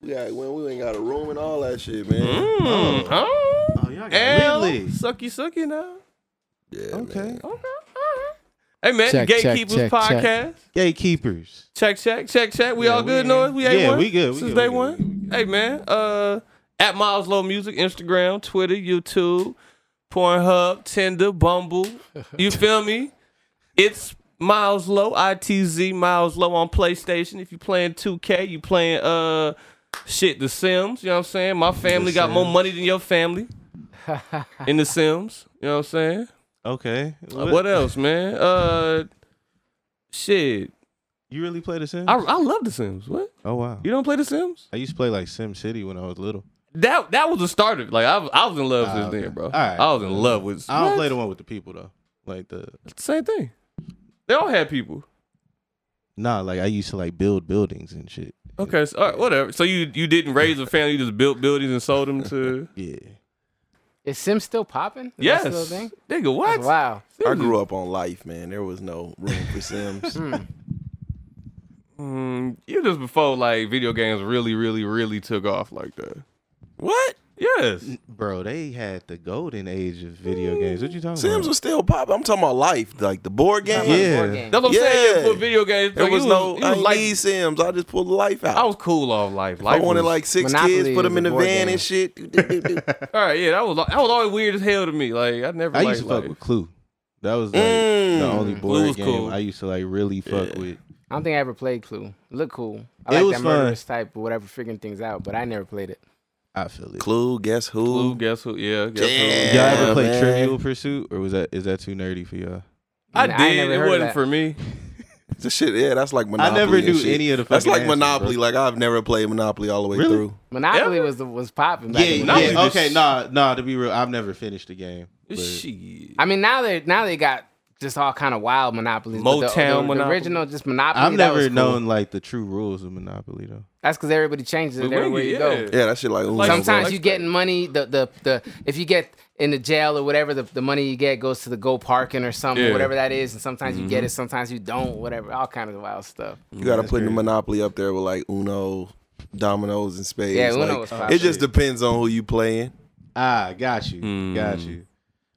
We got when we ain't got a room and all that shit, man. Mm, oh. Oh, y'all got L, really? sucky sucky now. Yeah, Okay. man. Okay. all right. Hey man, Check, check, Gatekeepers check, podcast. check. Gatekeepers. Check, check, check, check. We Yeah, all we good, in. noise. We ain't Yeah, one. we good, we Since good, day we good, one. we good, we good. Hey man, uh, at Miles Low Music, Instagram, Twitter, YouTube, Pornhub, Tinder, Bumble. You feel me? It's Miles Low, I T Z Miles Low on PlayStation. If you playing 2K, you playing uh shit, The Sims. You know what I'm saying? My family got more money than your family in The Sims. You know what I'm saying? Okay. Uh, What else, man? Uh, shit. You really play The Sims? I, I love The Sims. What? oh wow. You don't play The Sims? I used to play like Sim City when I was little. That that was the starter. Like I, was- I was in love with Ah, this okay. nigga, bro. All right. I was in love with. I don't What? play the one with the people though. Like the Same thing. They all had people. nah, like I used to like build buildings and shit. Okay, so, all right, whatever. So you you didn't raise a family. You just built buildings and sold them to. Yeah. Is Sims still popping? Is that yes, Still a thing? nigga. What? Wow. I grew up on life, man. There was no room for Sims. Mm, you just before like video games really, really, really took off like that. What? Yes. Bro, they had the golden age of video Mm. games. What you talking Sims about? was still popping. I'm talking about life, like the board game. Yeah. That's what I'm saying. Yeah. For video games, There like, was you no you I like- need Sims. I just pulled the life out. I was cool off life. I life wanted was- like six Monopoly kids, put them is in a the board van game. and shit. Do, do, do, do. All right, yeah, that was that was always weird as hell to me. Like I never I liked used to fuck life. with Clue. That was like Mm. the only Clue board was game cool. I used to like really fuck with. I don't think I ever played Clue. Look cool. It I like was that fun. murderous type or whatever, figuring things out, but I never played it. I feel it. Clue, guess who? Clue, guess who? Yeah, guess Yeah. who? Y'all ever play man. Trivial Pursuit, or was that is that too nerdy for y'all? I ain't did. never it heard of wasn't that. for me. The shit, yeah, that's like Monopoly. I never and knew shit. any of the. That's fucking like answers, Monopoly. bro. Like I've never played Monopoly all the way Really? through. Monopoly Ever? was the, was popping. Back yeah, in the Monopoly day. yeah. just- Okay, nah, nah. To be real, I've never finished the game. but- Shit. I mean, now they now they got just all kind of wild monopolies. but the- Motown the, the Monopoly. original just monopoly. I've that never was cool. known like the true rules of Monopoly though. That's because everybody changes But it everywhere wait, you yeah. go. Yeah, that shit like, Uno, Like- bro. Sometimes Like- you getting money. The, the the if you get in the jail or whatever, the, the money you get goes to the go parking or something, Yeah. Mm-hmm. whatever that is. And sometimes you get it, sometimes you don't. Whatever, all kinds of wild stuff. you got to put the Monopoly up there with like Uno, Dominoes, and Spades. Yeah, Uno Like, was It popular. just depends on who you playing. Ah, got you, got you.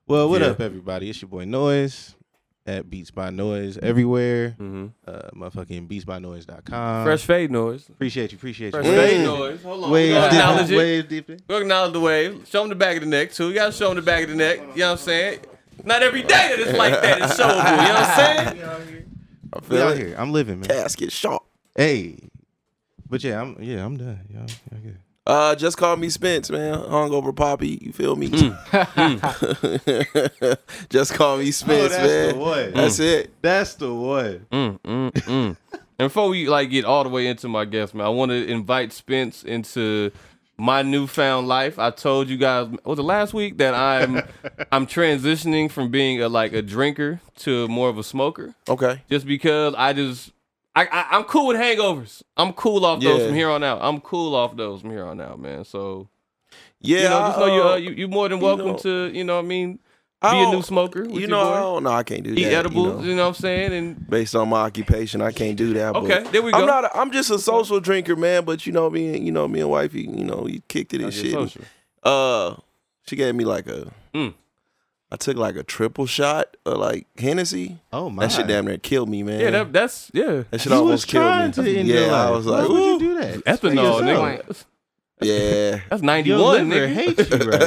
Well, what Yeah. up, everybody? It's your boy Noise at Beats by Noise everywhere. Uh, motherfucking BeatsByNoise.com. Fresh fade noise. Appreciate you, appreciate Fresh Mm. you. fade noise. Hold on. we Wave, gonna acknowledge dipping, it. wave dipping. We gonna acknowledge the wave. Show them the back of the neck too. You gotta show them the back of the neck. You know what I'm saying? Not every day that it's like that. It's showable. You know what I'm saying? I We feel out it. here. I'm living, man. Casket sharp. Hey, but yeah, I'm yeah, I'm done. Y'all, y'all good. Uh, just call me Spence, man. Hungover Poppy, you feel me? Hmm. just call me Spence, Oh, that's the man. one. That's Hmm. it. That's the one. Mm, And before we like get all the way into my guest, man, I want to invite Spence into my newfound life. I told you guys was it last week that I'm I'm transitioning from being a like a drinker to more of a smoker, Okay. just because I just I, I I'm cool with hangovers. I'm cool off those Yeah. from here on out. I'm cool off those from here on out, man. So Yeah, you know, just know I, you, uh, uh, you you more than welcome know, to you know what I mean I be a new don't- smoker. With You your know, I boy. don't know. I can't do that. eat you edibles. know. You know what I'm saying? And based on my occupation, I can't do that. Okay, but there we go. I'm not. A, I'm just a social drinker, man. But you know, me and you know me and wifey, you know, you kicked it and shit. and, social. uh, she gave me like a. I Mm. took like a triple shot of like Hennessy. Oh my. That shit damn near killed me, man. yeah, that, that's yeah. that shit You was almost trying killed to me. end yeah, your life. I was like, Why would "Ooh, you do that? Ethanol, Like nigga. yourself. That's- yeah. That's Your 91, liver nigga. hates you right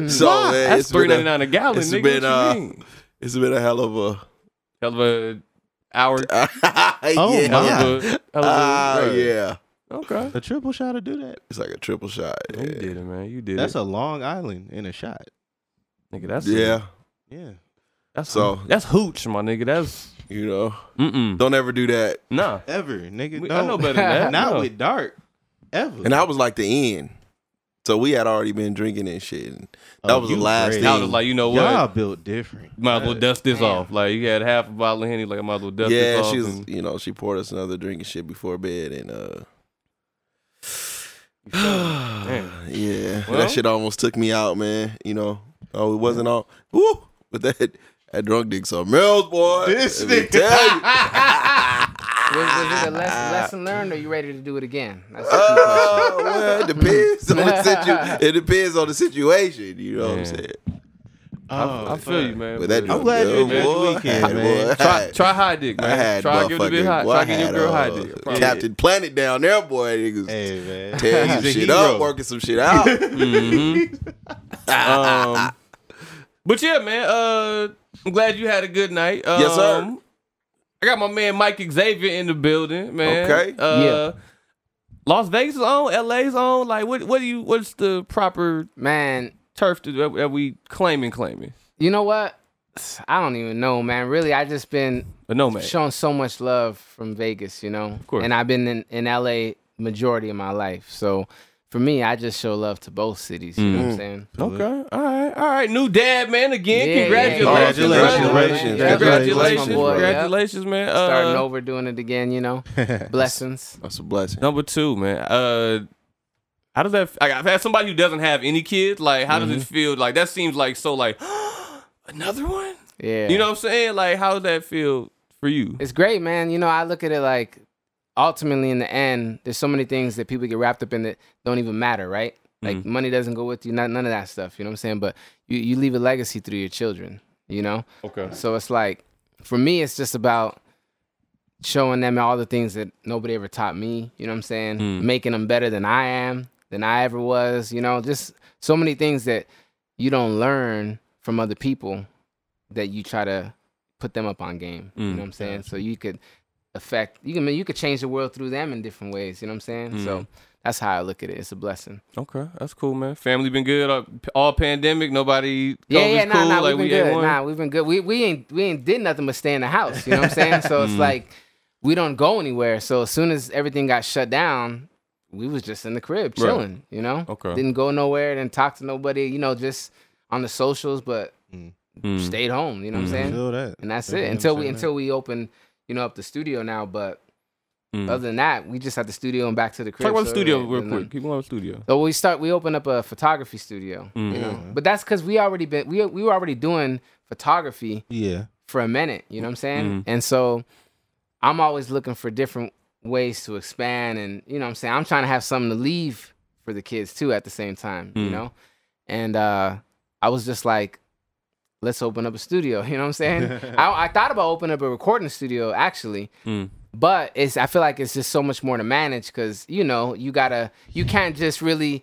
now. so Why? man, That's it's been three ninety a, nine a gallon, it's nigga. been, what uh, you mean? it's been a hell of a. Hell of a hour. oh yeah. my. Hell of a. Hell of a Ah, right. yeah. Okay. A triple shot to do that. It's like a triple shot. Oh, You did it, man. You did That's it. a Long Island in a shot. nigga, that's Yeah, Yeah. That's So- so. That's hooch, my nigga. That's you know, mm-mm. don't ever do that. Nah. Ever, nigga. We, I don't- know better than that. Not no. with dark. Ever. And that was like the end. So we had already been drinking and shit. And that Oh, was the you last crazy. thing. I was like, you know what? Y'all built different. Might as well dust this off. Like you had half a bottle of henny. Like I might as well dust yeah, this off. she was, and- you know, she poured us another drink and shit before bed. And, uh, Damn. yeah, Well- that shit almost took me out, man. You know, oh, it wasn't all, woo, but that, that drunk dick some milk, boy. This Let me nigga. tell you. Was, was it a lesson, lesson learned, or you ready to do it again? That's the key Uh. question. Oh, well, it depends on the situ- It depends on the situation. You know what I'm Yeah. saying? Oh, I feel you, man. But that Real. dude, I'm glad you good, enjoyed your boy. weekend, man. boy. Try, try high dick, man. I had try to give it a motherfucking- bit high. boy, I Try to give your had, girl high uh, dick. Probably. Captain Planet down there, boy. Niggas Hey man, tearing some He's a shit hero. up, working some shit out. Um, Mm-hmm. but yeah, man. Uh, I'm glad you had a good night. Um, Yes, sir. I got my man Mike Xavier in the building, man. Okay. Uh, Las Vegas is on, LA's on. Like, what? What do you? What's the proper Man, turf to, that, that we claiming? Claiming? you know what? I don't even know, man. Really, I just been But no man. shown so much love from Vegas, you know. Of course. And I've been in, in LA majority of my life, so for me, I just show love to both cities. You know Mm. what I'm saying? Okay. All right. All right. New dad, man. Again, Yeah, yeah, congratulations. yeah. Congratulations. Congratulations. Congratulations, Congratulations, my boy. Congratulations, man. Uh, Starting over, doing it again, you know. Blessings. That's a blessing. Number two, man. Uh, how does that? Like, I've had somebody who doesn't have any kids. Like, how does it feel? Like, that seems like so. Like, another one. Yeah. You know what I'm saying? Like, how does that feel for you? It's great, man. You know, I look at it like ultimately in the end, there's so many things that people get wrapped up in that don't even matter, right? Like money doesn't go with you, not, none of that stuff. You know what I'm saying? But you, you leave a legacy through your children, you know? Okay. So it's like, for me, it's just about showing them all the things that nobody ever taught me, you know what I'm saying? Making them better than I am, than I ever was, you know? Just so many things that you don't learn from other people that you try to put them up on game. you know what I'm saying? So you could affect you can you could change the world through them in different ways, you know what I'm saying? So that's how I look at it. It's a blessing. Okay, that's cool, man. Family been good uh, all pandemic. Nobody. Yeah, COVID's yeah, nah, cool. nah, like we've been we good. A1. Nah, we've been good. We we ain't we ain't did nothing but stay in the house. You know what I'm saying? So Mm. it's like we don't go anywhere. So as soon as everything got shut down, we was just in the crib Right. chilling. You know, Okay. didn't go nowhere, didn't talk to nobody. You know, just on the socials, but Hmm, Mm. stayed home. You know what I'm saying? Feel that. and that's Yeah, it I'm until we saying until we open you know up the studio now but Mm. other than that we just at the studio and back to the crib Talk about the so studio it- real and then- quick. Keep going with the studio. so we start we open up a photography studio Mm, you know but that's because we already been we, we were already doing photography Yeah. for a minute you know what i'm saying and so i'm always looking for different ways to expand and you know what i'm saying i'm trying to have something to leave for the kids too at the same time you know and uh i was just like let's open up a studio you know what i'm saying I, I thought about opening up a recording studio actually mm, but it's i feel like it's just so much more to manage because you know you gotta you can't just really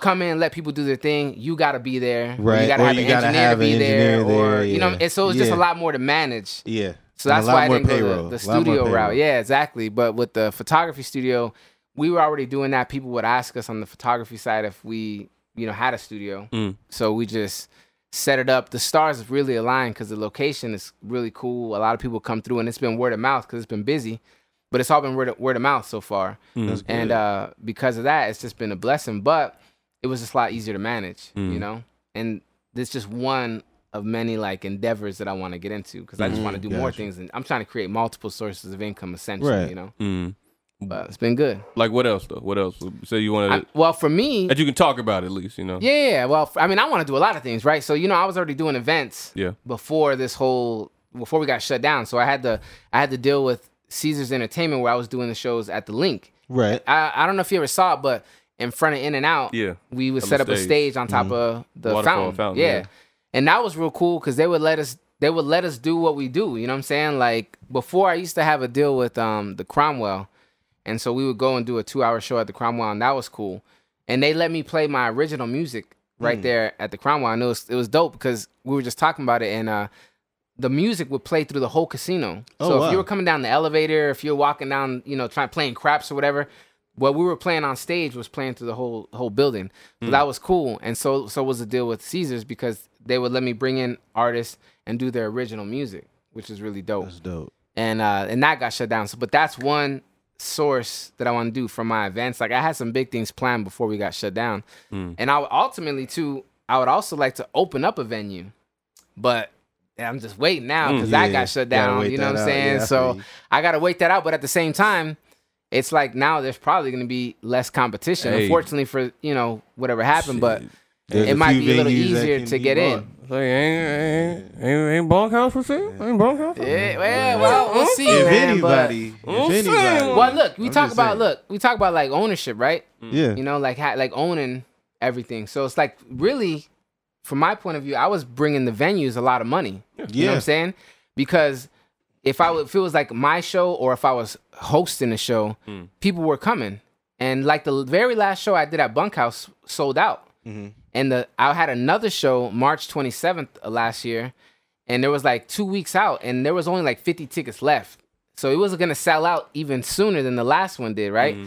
come in and let people do their thing you gotta be there Right, you gotta or have you an gotta engineer have to be an there, engineer or there, you know yeah. it's so it's just a Yeah. lot more to manage Yeah. so And that's a lot why I more didn't payroll. go the, A the lot more studio route. payroll. Yeah, exactly. But with the photography studio, we were already doing that. People would ask us on the photography side if we, you know, had a studio. So we just set it up. The stars have really aligned because the location is really cool. A lot of people come through, and it's been word of mouth because it's been busy. But it's all been word of, word of mouth so far, That's good. and uh, because of that, it's just been a blessing. But it was just a lot easier to manage, Mm. you know. And this just one of many like endeavors that I want to get into because I just want to do more Mm-hmm. Gotcha. things, and I'm trying to create multiple sources of income, essentially, Right. you know. Mm. But it's been good. Like, what else though? What else? So you want I, to well, for me, that you can talk about at least, you know? yeah, yeah, yeah. Well, f- I mean, I want to do a lot of things, right? So you know, I was already doing events Yeah. before this whole before we got shut down. So I had to I had to deal with Caesar's Entertainment where I was doing the shows at the Link. Right. I, I don't know if you ever saw it, but in front of In and Out, Yeah. we would On set the up a stage. stage on Mm-hmm. top of the Waterfall fountain. fountain, yeah. yeah. and that was real cool because they would let us they would let us do what we do. You know what I'm saying? Like before, I used to have a deal with um the Cromwell, and so we would go and do a two hour show at the Cromwell, and that was cool. And they let me play my original music right Mm. there at the Cromwell, and it was it was dope because we were just talking about it and uh. The music would play through the whole casino. Oh, so if you wow. were coming down the elevator, if you're walking down, you know, trying playing craps or whatever, what we were playing on stage was playing through the whole whole building. Hmm. So that was cool. And so so was the deal with Caesars because they would let me bring in artists and do their original music, which is really dope. That's dope. And uh and that got shut down. So but that's one source that I want to do for my events. Like I had some big things planned before we got shut down. Hmm. And I would ultimately too, I would also like to open up a venue. But I'm just waiting now because that Hmm. yeah. got shut Gotta down. wait You know what that I'm out. saying? Yeah, I feel so you. I gotta wait that out. But at the same time, it's like now there's probably going to be less competition Hey. unfortunately for you know whatever happened but There's it might few be a little venues that easier can to be get bought. in. It's Like ain't ain't ain't, ain't Bunkhouse for sale? Ain't Bunkhouse? For sale? Yeah, eh, well, well, we'll see, Mm-hmm. If man. but- anybody, I'm if saying. anybody, well, look, we I'm talk just about saying. Mm-hmm. look, we talk about like ownership, right? yeah, You know, like ha- like owning everything. So it's like really, from my point of view, I was bringing the venues a lot of money. You know what yeah, I'm saying? Because if I would, if it was like my show or if I was hosting a show, Hmm. people were coming. And like the very last show I did at Bunkhouse sold out. And the I had another show March 27th of last year, and there was like two weeks out, and there was only like 50 tickets left. So it was gonna sell out even sooner than the last one did, right? Mm-hmm.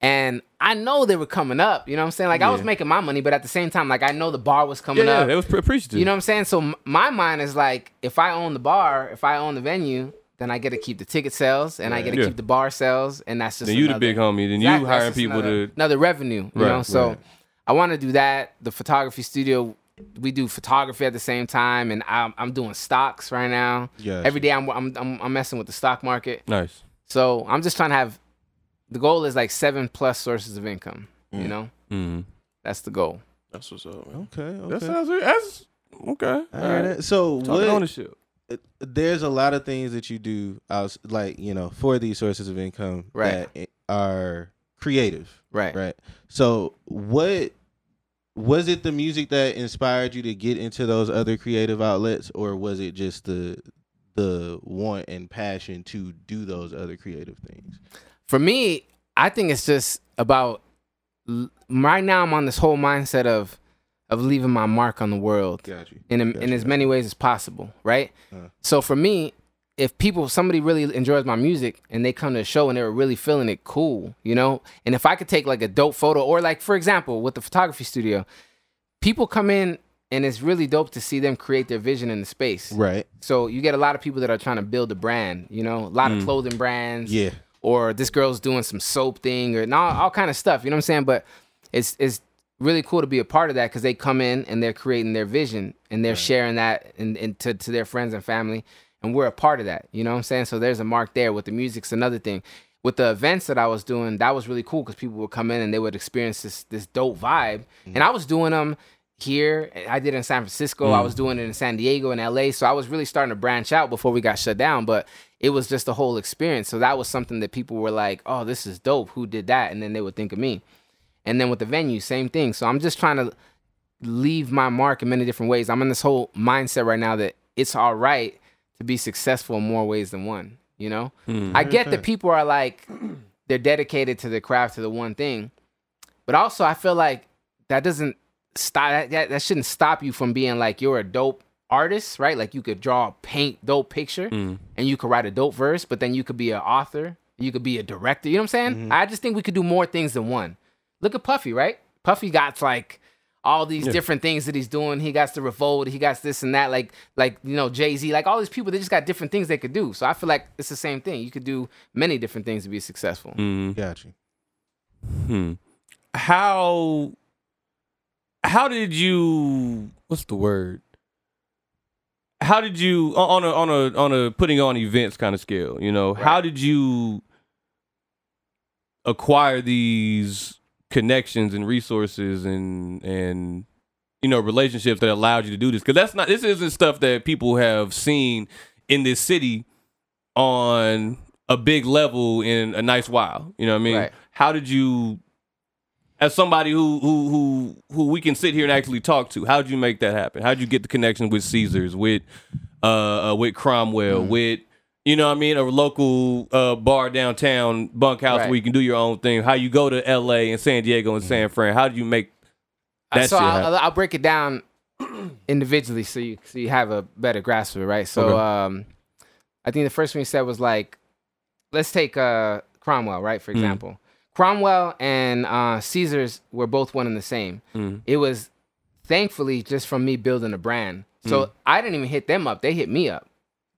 And I know they were coming up, you know what I'm saying? Like I was making my money, but at the same time, like I know the bar was coming Yeah, up. that was pre- appreciative. You know what I'm saying? So m- my mind is like, if I own the bar, if I own the venue, then I get to keep the ticket sales and I get to Yeah. keep the bar sales, and that's just then you the another- big homie. Then you Exactly, that's hiring just people another, to another revenue. You Right, know, so right. I want to do that. The photography studio, we do photography at the same time, and I'm, I'm doing stocks right now. Gotcha. Every day I'm, I'm I'm I'm messing with the stock market. nice. So I'm just trying to have. The goal is like seven plus sources of income. You know, Mm. that's the goal. That's what's up. Man. okay, okay. That sounds that's okay. I hear that. So Talking what? ownership. There's a lot of things that you do, outs- like you know, for these sources of income Right. that are creative, Right. right? So what was it? The music that inspired you to get into those other creative outlets, or was it just the the want and passion to do those other creative things? for me, I think it's just about l- right now. I'm on this whole mindset of of leaving my mark on the world Got you. in a, in as many ways as possible, right? Uh-huh. So for me, if people somebody really enjoys my music and they come to a show and they're really feeling it, cool, you know. And if I could take like a dope photo, or like for example with the photography studio, people come in and it's really dope to see them create their vision in the space. Right. So you get a lot of people that are trying to build a brand, you know, a lot of clothing brands, Mm. Yeah. or this girl's doing some soap thing, or and all, all kind of stuff. You know what I'm saying? But it's it's really cool to be a part of that because they come in and they're creating their vision and they're sharing that and, and to, to their friends and family, and we're a part of that. You know what I'm saying? So there's a mark there. With the music's another thing. With the events that I was doing, that was really cool because people would come in and they would experience this this dope vibe, and I was doing them here. I did it in San Francisco. I was doing it in San Diego and LA. So I was really starting to branch out before we got shut down. But it was just the whole experience. So that was something that people were like, oh, this is dope. Who did that? And then they would think of me. And then with the venue, same thing. So I'm just trying to leave my mark in many different ways. I'm in this whole mindset right now that it's all right to be successful in more ways than one. You know, I get that people are like, they're dedicated to the craft, to the one thing. But also, I feel like that doesn't stop that, that, that shouldn't stop you from being like you're a dope artist right like you could draw a paint dope picture and you could write a dope verse but then you could be an author you could be a director you know what i'm saying i just think we could do more things than one look at puffy right puffy got like all these different things that he's doing he got the revolt he got this and that like like you know jay-z like all these people they just got different things they could do so i feel like it's the same thing you could do many different things to be successful Mm-hmm. Got you. Hmm. How how did you what's the word? How did you on on a on a on a putting on events kind of scale, you know, how did you acquire these connections and resources and and you know relationships that allowed you to do this because that's not this isn't stuff that people have seen in this city on a big level in a nice while you know what i mean Right. how did you as somebody who who who who we can sit here and actually talk to how did you make that happen how did you get the connection with caesars with uh, uh with cromwell with you know what I mean? A local uh, bar downtown, bunkhouse Right. where you can do your own thing. How you go to L.A. and San Diego and San Fran? How do you make that so shit I'll, happen? I'll, I'll break it down individually so you so you have a better grasp of it, right? So Okay. um, I think the first thing you said was like, let's take uh, Cromwell, right? Hmm. For example, Cromwell and uh, Caesars were both one and the same. It was thankfully just from me building a brand. So I didn't even hit them up; they hit me up.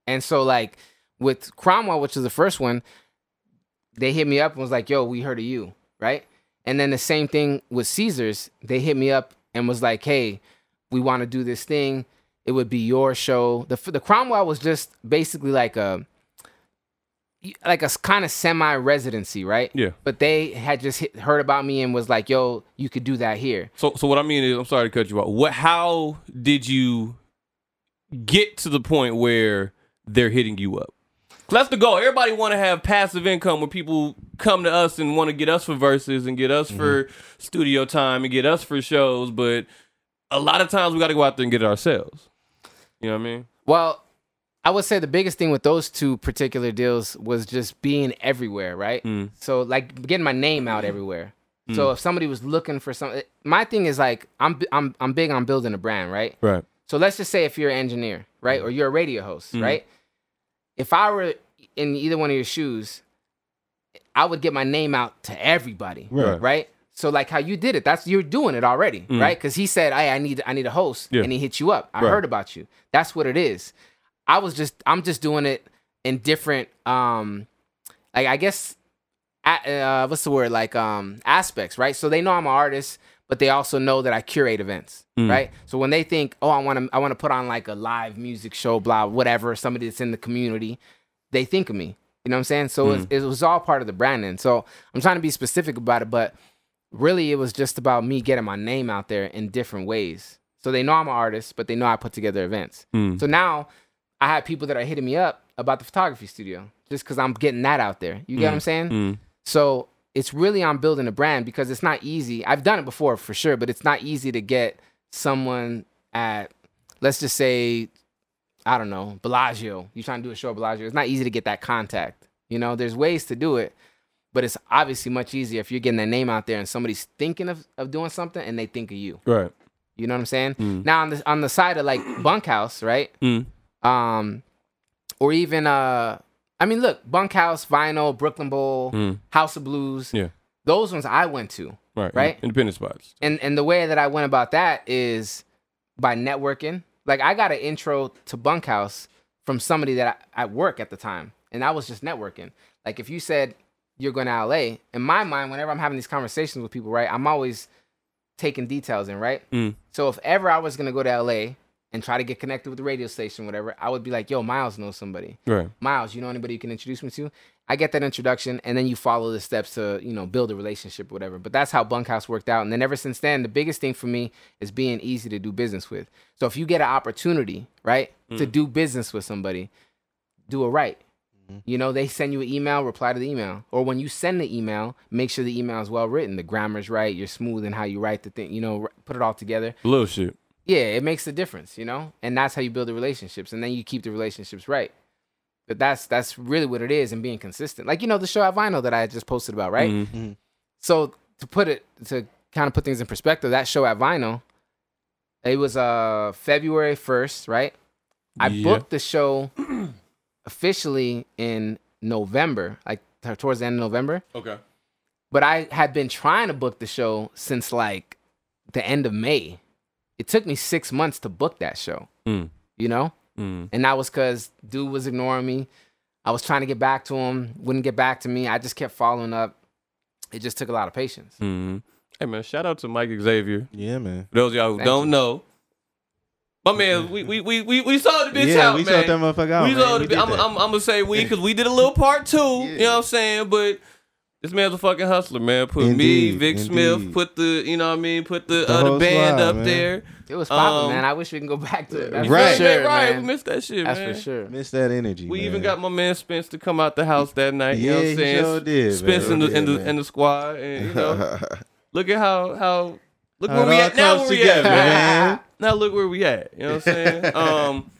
And so like with Cromwell, which is the first one, they hit me up and was like, "Yo, we heard of you," right? And then the same thing with Caesars, they hit me up and was like, "Hey, we want to do this thing. It would be your show." The the Cromwell was just basically like a like a kind of semi residency, right? Yeah. But they had just hit, heard about me and was like, "Yo, you could do that here." So, so what I mean is, I'm sorry to cut you off. What? How did you get to the point where they're hitting you up? 'Cause That's the goal. Everybody want to have passive income where people come to us and want to get us for verses and get us for studio time and get us for shows, but a lot of times we got to go out there and get it ourselves. You know what I mean? Well, I would say the biggest thing with those two particular deals was just being everywhere, right? Mm. So like getting my name out everywhere. So if somebody was looking for something, my thing is like I'm I'm I'm big on building a brand, right? Right. So let's just say if you're an engineer, right, or you're a radio host, right? If I were in either one of your shoes, I would get my name out to everybody, Right. right? So like how you did it, that's you're doing it already, right? Because he said, "Hey, I need I need a host," Mm. Yeah. and he hit you up. I Right. heard about you. That's what it is. I was just I'm just doing it in different, um, like I guess, a- uh, what's the word? Like um aspects, right? So they know I'm an artist, but they also know that I curate events, Mm. right? So when they think, "Oh, I want to I want to put on like a live music show, blah, whatever," somebody that's in the community, they think of me. You know what I'm saying? So it's it, was all part of the branding. So I'm trying to be specific about it, but really it was just about me getting my name out there in different ways. So they know I'm an artist, but they know I put together events. Mm, So now I have people that are hitting me up about the photography studio just because I'm getting that out there. You get what I'm saying? mm, So it's really on building a brand because it's not easy. I've done it before for sure, but it's not easy to get someone at, let's just say, I don't know, Bellagio. You're trying to do a show at Bellagio. It's not easy to get that contact. You know, there's ways to do it, but it's obviously much easier if you're getting that name out there and somebody's thinking of, of doing something and they think of you. Right. You know what I'm saying? Now on the on the side of like bunkhouse, right? Mm. Um, or even uh, I mean, look, bunkhouse, vinyl, Brooklyn Bowl, House of Blues. Yeah. those ones I went to, mm. Right. Right? Independent spots. and and the way that I went about that is by networking. Like I got an intro to bunkhouse from somebody that I, at work at the time, and I was just networking. Like if you said you're going to LA, in my mind, whenever I'm having these conversations with people, right, I'm always taking details in, right? Mm. So if ever I was gonna go to LA and try to get connected with the radio station, whatever, I would be like, "Yo, Miles knows somebody. Right. Miles, you know anybody you can introduce me to?" I get that introduction, and then you follow the steps to you know build a relationship, or whatever. But that's how Bunkhouse worked out. And then ever since then, the biggest thing for me is being easy to do business with. So if you get an opportunity, right, to do business with somebody, do it right. You know, they send you an email, reply to the email. Or when you send the email, make sure the email is well written. The grammar's right. You're smooth in how you write the thing. You know, r- put it all together Little shit. yeah, it makes a difference, you know? And that's how you build the relationships and then you keep the relationships right. But that's that's really what it is and being consistent. Like, you know, the show at Vinyl that I just posted about, right? Mhm. So to put it to kind of put things in perspective, that show at Vinyl, it was uh February first, right? I Yeah. booked the show officially in November, like t- towards the end of November. Okay. But I had been trying to book the show since like the end of May. It took me six months to book that show, Mm. you know? Mm. And that was because dude was ignoring me. I was trying to get back to him, wouldn't get back to me. I just kept following up. It just took a lot of patience. Mm. Hey man, shout out to Mike Xavier. Yeah, man. For those of y'all who Thank don't you. know, my man, we we we we, we saw the bitch Mm-hmm. yeah, out, we man. saw that motherfucker out. we man. saw the We bi- did I'm, that. I'm, I'm gonna say we because we did a little part two. You know what I'm saying? But this man's a fucking hustler, man. Put me, Indeed, Vic Smith, indeed. put the you know what I mean, put the, The uh, the whole band squad, up man. there. It was popping, Um, man. I wish we can go back to it. That's You feel me, man? Right. for sure, right. man. We missed that shit, That's man. for sure. Miss that energy. We man. even got my man Spence to come out the house that night. you know Yeah, what I'm he saying? sure did, Spence man. in the Yeah, in the man. in the squad, and you know, look at how how look How where it we all at now. Where comes we at, together, man. man. Now look where we at. You know what I'm saying? um,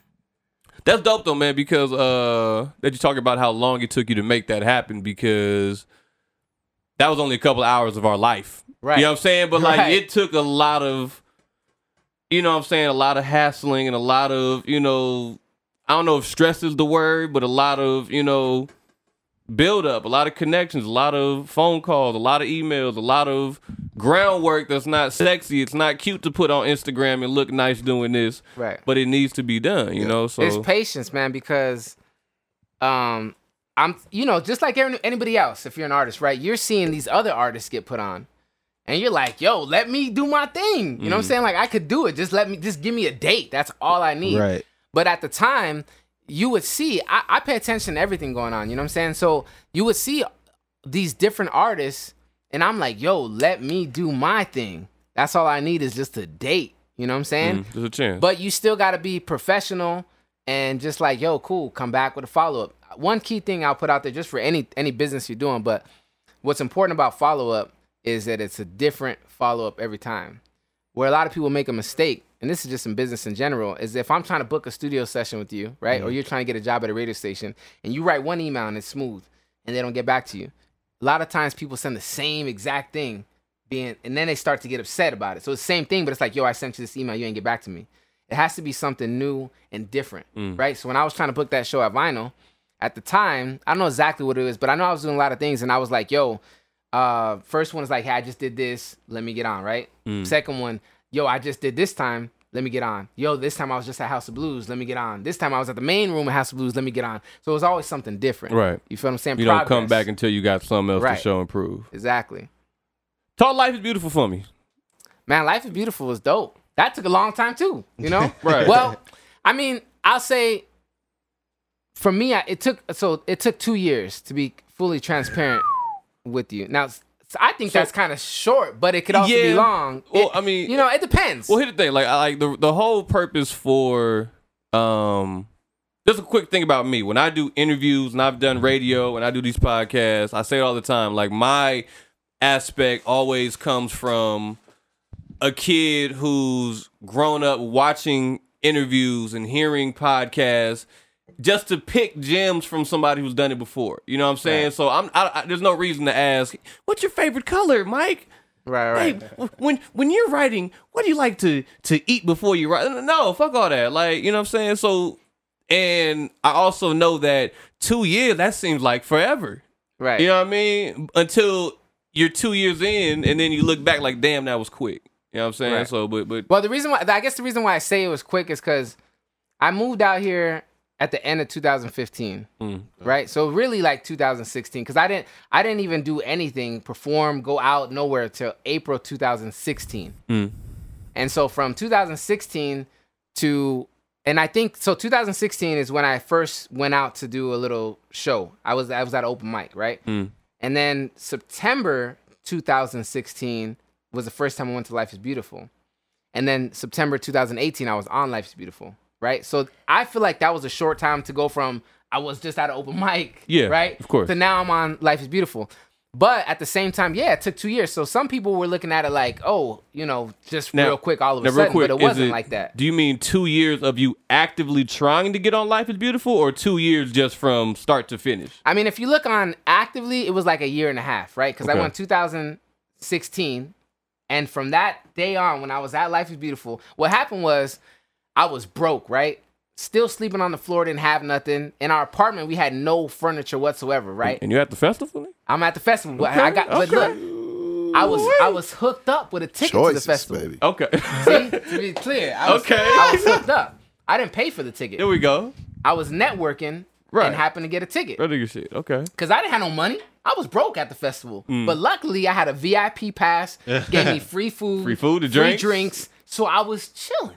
that's dope though, man. Because uh, that you talk about how long it took you to make that happen because that was only a couple hours of our life. Right. You know what I'm saying? But like, Right. it took a lot of, you know, what I'm saying a lot of hassling and a lot of you know, I don't know if stress is the word, but a lot of you know build up, a lot of connections, a lot of phone calls, a lot of emails, a lot of groundwork that's not sexy. It's not cute to put on Instagram and look nice doing this, Right. but it needs to be done, you know? So It's patience, man, because um I'm you know, just like any- anybody else, if you're an artist, right? You're seeing these other artists get put on. And you're like, yo, let me do my thing. You know what Mm. I'm saying? Like I could do it. Just let me just give me a date. That's all I need. right. But at the time, you would see I, I pay attention to everything going on you know what i'm saying so you would see these different artists and i'm like yo let me do my thing that's all i need is just a date you know what i'm saying Mm, there's a chance. but you still got to be professional and just like, yo, cool, come back with a follow up. One key thing I'll put out there just for any any business you're doing, but what's important about follow up is that it's a different follow up every time. Where a lot of people make a mistake, and this is just in business in general, is if I'm trying to book a studio session with you, right? Or you're trying to get a job at a radio station and you write one email and it's smooth and they don't get back to you. A lot of times people send the same exact thing being and then they start to get upset about it. So it's the same thing, but it's like, yo, I sent you this email, you ain't get back to me. It has to be something new and different, Mm. right? So when I was trying to book that show at Vinyl, at the time, I don't know exactly what it was, but I know I was doing a lot of things, and I was like, yo, uh, first one is like, hey, I just did this, let me get on, right? Mm. Second one, yo, I just did this time, let me get on. Yo, this time I was just at House of Blues, let me get on. This time I was at the main room at House of Blues, let me get on. So it was always something different, Right. You feel what I'm saying? you don't come Progress. back until you got something else Right. to show and prove. exactly. Talk life is beautiful for me. man, Life is Beautiful was dope. That took a long time too, you know? Right. Well, I mean, I'll say for me, I, it took so it took two years to be fully transparent with you. Now, s- I think that's kind of short, but it could also be Yeah. long. Well, It- I mean- you know, it depends. Well, here's the thing. Like, I like the the whole purpose for um. Just a quick thing about me. When I do interviews and I've done radio and I do these podcasts, I say it all the time. Like my aspect always comes from a kid who's grown up watching interviews and hearing podcasts just to pick gems from somebody who's done it before. You know what I'm saying? So I'm I, I, there's no reason to ask what's your favorite color, Mike. right, right. Hey, w- when when you're writing, what do you like to to eat before you write? No, fuck all that. Like, you know what I'm saying? So and I also know that 2 years that seems like forever. right. You know what I mean? Until you're 2 years in and then you look back like, "Damn, that was quick." You know what I'm saying? Right. So but but Well, the reason why I guess the reason why I say it was quick is because I moved out here at the end of 2015, right? So really like 2016, because I didn't I didn't even do anything, perform, go out nowhere till April 2016. And so from 2016 to and I think so 2016 is when I first went out to do a little show. I was I was at an open mic, right? Hmm. And then September 2016 was the first time I went to Life is Beautiful. And then September 2018, I was on Life's Beautiful, right? So I feel like that was a short time to go from I was just at an open mic, Yeah, right? of course. To now I'm on Life is Beautiful. But at the same time, yeah, it took two years. So some people were looking at it like, oh, you know, just Now- real quick all of a now, sudden, but it is wasn't like that. Do you mean two years of you actively trying to get on Life is Beautiful, or two years just from start to finish? I mean, if you look on actively, it was like a year and a half, right? Because Okay. I went 2016, and from that day on, when I was at Life is Beautiful, what happened was I was broke, right? Still sleeping on the floor, didn't have nothing. In our apartment, we had no furniture whatsoever, right? And you're at the festival? I'm at the festival, but I got, but look, I was I was hooked up with a ticket to the Choices, festival. baby. Okay. See, to be clear, I was, Okay. I was hooked up. I didn't pay for the ticket. There we go. I was networking Right. and happened to get a ticket. That nigga shit. Okay. because I didn't have no money. I was broke at the festival, Mm. but luckily I had a VIP pass, gave me free food, Free food, the free drinks. drinks. So I was chilling.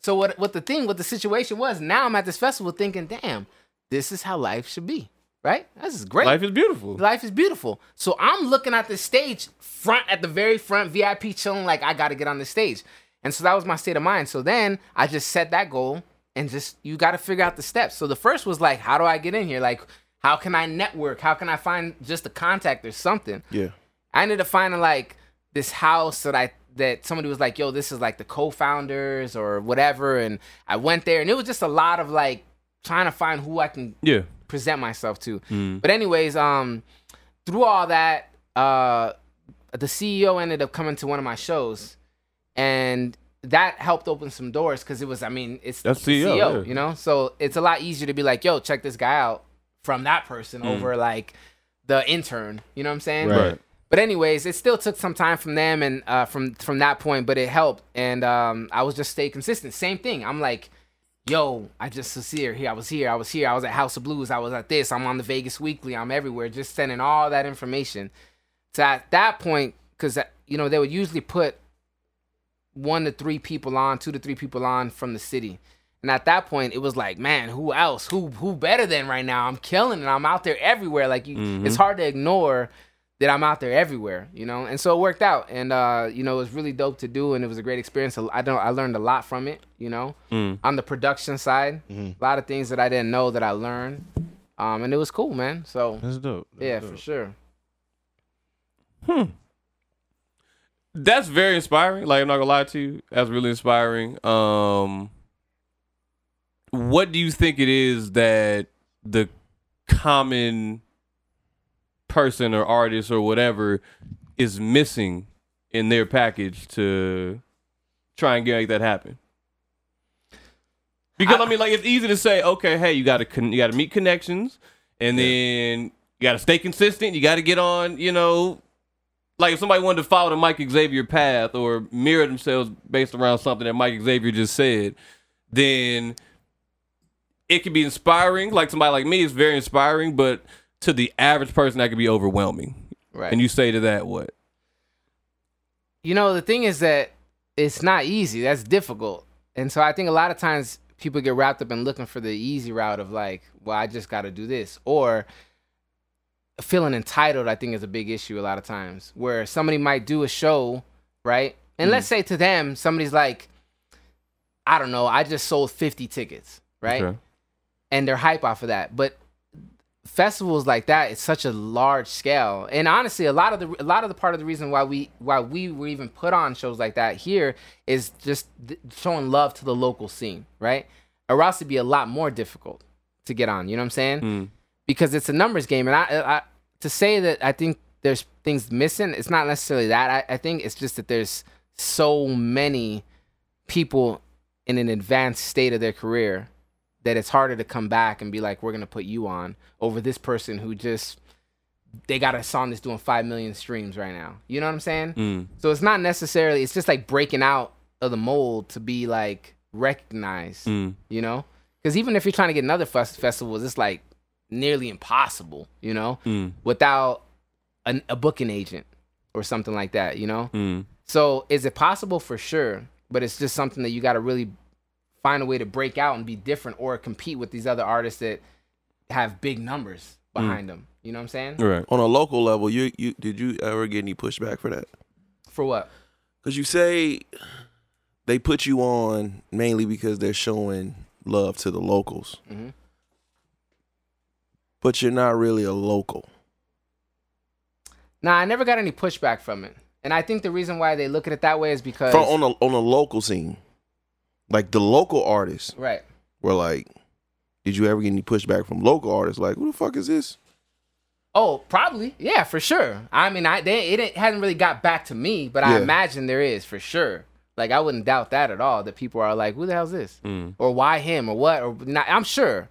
So what? What the thing? What the situation was? Now I'm at this festival thinking, damn, this is how life should be, right? This is great. Life is beautiful. Life is beautiful. So I'm looking at the stage front at the very front VIP chilling like I got to get on the stage. And so that was my state of mind. So then I just set that goal and just you got to figure out the steps. So the first was like how do I get in here? Like how can I network? How can I find just a contact or something? Yeah. I ended up finding like this house that I that somebody was like, "Yo, this is like the co-founders or whatever." And I went there and it was just a lot of like trying to find who I can Yeah. present myself to. But anyways, um, through all that, uh, the CEO ended up coming to one of my shows, and that helped open some doors because it was, I mean, it's That's the CEO, CEO, yeah. you know. So it's a lot easier to be like, "Yo, check this guy out" from that person over like the intern. You know what I'm saying? Right. But anyways, it still took some time from them and uh, from from that point, but it helped, and um, I was just stay consistent. Same thing. I'm like, yo, I just was here, here, I was here, I was here, I was at House of Blues, I was at this, I'm on the Vegas Weekly, I'm everywhere, just sending all that information. So at that point, because you know they would usually put one to three people on, two to three people on from the city, And at that point, it was like, man, who else? Who who better than right now? I'm killing it. I'm out there everywhere. Like you, Mhm. it's hard to ignore that I'm out there everywhere, you know. And so it worked out, and uh, you know, it was really dope to do, and it was a great experience. I don't, I learned a lot from it, you know. Mm. On the production side, Mhm. a lot of things that I didn't know that I learned, um, and it was cool, man. So That's dope. That's yeah, dope. for sure. Hmm. That's very inspiring. Like I'm not gonna lie to you. That's really inspiring. Um what do you think it is that the common person or artist or whatever is missing in their package to try and make that happen? Because I, mean, like it's easy to say, okay, hey, you gotta con- you gotta meet connections, and then you gotta stay consistent. You gotta get on, you know, like if somebody wanted to follow the Mike Xavier path or mirror themselves based around something that Mike Xavier just said, then it could be inspiring. Like somebody like me, it's very inspiring, but to the average person, that could be overwhelming. Right. And you say to that, what? you know the thing is that it's not easy that's difficult and so i think a lot of times people get wrapped up in looking for the easy route of like well i just got to do this or feeling entitled i think is a big issue a lot of times where somebody might do a show right and Mm. let's say to them somebody's like i don't know i just sold 50 tickets right Okay. and they're hype off of that. But festivals like that, it's such a large scale, and honestly, a lot of the a lot of the part of the reason why we why we were even put on shows like that here is just th- showing love to the local scene, right? Or else it'd be a lot more difficult to get on. You know what I'm saying? Mm. Because it's a numbers game, and I, I to say that I think there's things missing. It's not necessarily that. I, I think it's just that there's so many people in an advanced state of their career that it's harder to come back and be like, we're gonna put you on over this person who just they got a song that's doing five million streams right now. You know what I'm saying? Mm. So it's not necessarily it's just like breaking out of the mold to be like recognized, Mm. you know? Because even if you're trying to get another fest- festivals, it's like nearly impossible, you know, Mm. without an, a booking agent or something like that, you know? Mm. So is it possible for sure? But it's just something that you got to really find a way to break out and be different or compete with these other artists that have big numbers behind them. You know what I'm saying? All right. On a local level, you you did you ever get any pushback for that? For what? Because you say they put you on mainly because they're showing love to the locals, Mhm. but you're not really a local. Nah, I never got any pushback from it. And I think the reason why they look at it that way is because From on a on a local scene, like the local artists right. were like, "Did you ever get any pushback from local artists? Like, who the fuck is this?" Oh, probably. Yeah, for sure. I mean, I they, it ain't- hasn't really got back to me, but I Yeah. imagine there is for sure. Like I wouldn't doubt that at all. That people are like, "Who the hell's this?" Mm. or "Why him?" or "What?" or not, I'm sure.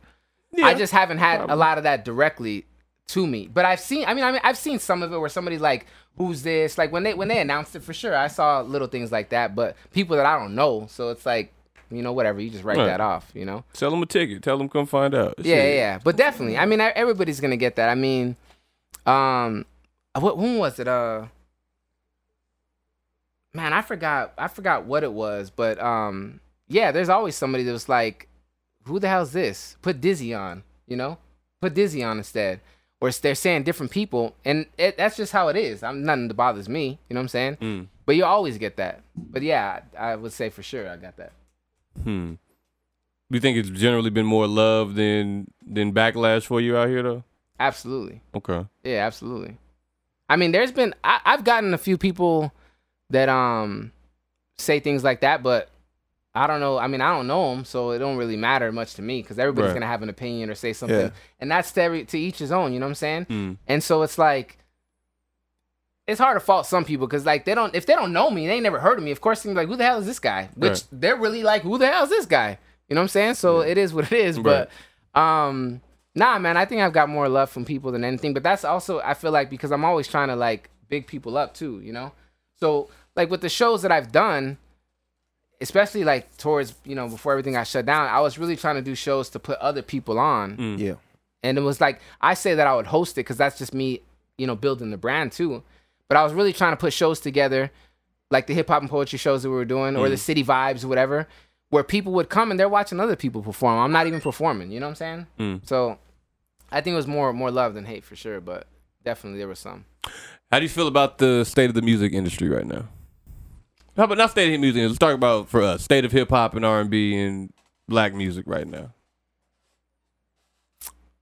I just haven't had a lot of that directly to me. But I've seen. I mean, I mean, I've seen some of it where somebody's like, "Who's this?" Like when they when they announced it for sure, I saw little things like that. But people that I don't know, so it's like, you know, whatever. You just write Right. that off. You know. Sell them a ticket. Tell them come find out. Yeah, yeah, Shit. yeah. But definitely, I mean, e- everybody's gonna get that. I mean, um, what when was it? Uh, man, I forgot. I forgot what it was. But um, yeah, there's always somebody that was like, "Who the hell's this?" Put Dizzy on, you know, put Dizzy on instead. Or s- they're saying different people, and it, that's just how it is. I'm nothing that bothers me. You know what I'm saying? Mm. But you always get that. But yeah, I, I would say for sure I got that. Hmm. You think it's generally been more love than than backlash for you out here though? Absolutely. Okay. Yeah, absolutely. I mean, there's been I, I've gotten a few people that um say things like that, but I don't know. I mean, I don't know them, so it don't really matter much to me because everybody's Right. gonna have an opinion or say something, Yeah. and that's to every to each his own. You know what I'm saying? Mm. And so it's like it's hard to fault some people because like they don't if they don't know me, they ain't never heard of me. Of course, they're like, who the hell is this guy? Which Right. they're really like, who the hell is this guy? You know what I'm saying? So it is what it is. But um, nah, man, I think I've got more love from people than anything. But that's also I feel like because I'm always trying to like big people up too. You know, so like with the shows that I've done. Especially like towards you know before everything got shut down, I was really trying to do shows to put other people on, Yeah, and it was like I say that I would host it because that's just me, you know, building the brand too. But I was really trying to put shows together, like the hip hop and poetry shows that we were doing, or the city vibes, or whatever, where people would come and they're watching other people perform. I'm not even performing. You know what I'm saying? Mm. So I think it was more more love than hate for sure, but definitely there was some. How do you feel about the state of the music industry right now? How about not state of music? Let's talk about for us state of hip hop and R and B and black music right now.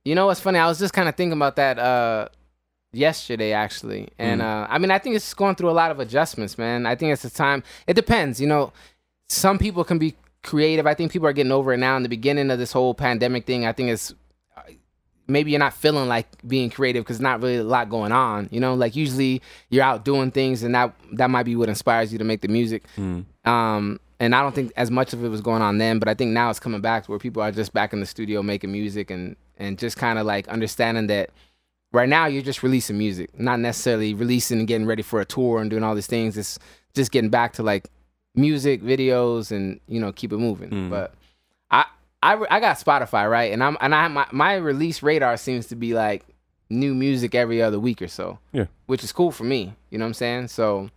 You know what's funny? I was just kind of thinking about that uh, yesterday, actually. And uh, I mean, I think it's going through a lot of adjustments, man. I think it's the time. It depends. You know, some people can be creative. I think people are getting over it now. In the beginning of this whole pandemic thing, I think it's uh, maybe you're not feeling like being creative because not really a lot going on. You know, like usually you're out doing things, and that that might be what inspires you to make the music. Um, and I don't think as much of it was going on then, but I think now it's coming back to where people are just back in the studio making music and and just kind of like understanding that right now you're just releasing music, not necessarily releasing and getting ready for a tour and doing all these things. It's just getting back to like music, videos, and you know keep it moving. But I I re- I got Spotify right, and I'm and I my my release radar seems to be like new music every other week or so. Yeah. which is cool for me. You know what I'm saying? So.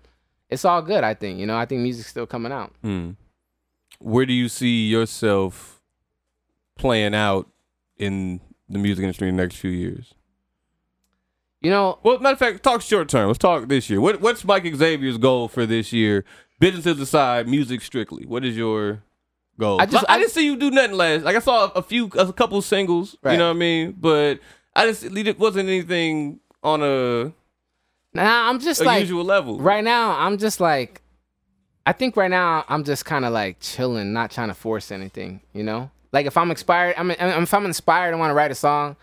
It's all good, I think. You know, I think music's still coming out. Where do you see yourself playing out in the music industry in the next few years? You know, Well, matter of fact, talk short term. Let's talk this year. What, what's Mike Xavier's goal for this year? Businesses aside, music strictly. What is your goal? I just- Like, I, I- didn't see you do nothing last. Like I saw a few, a couple singles. You Right. know what I mean? But I just it wasn't anything on a, nah, I'm just a like usual level. right now. I'm just like, I think right now I'm just kind of like chilling, not trying to force anything. You know, like if I'm inspired, I'm, I'm if I'm inspired and want to write a song,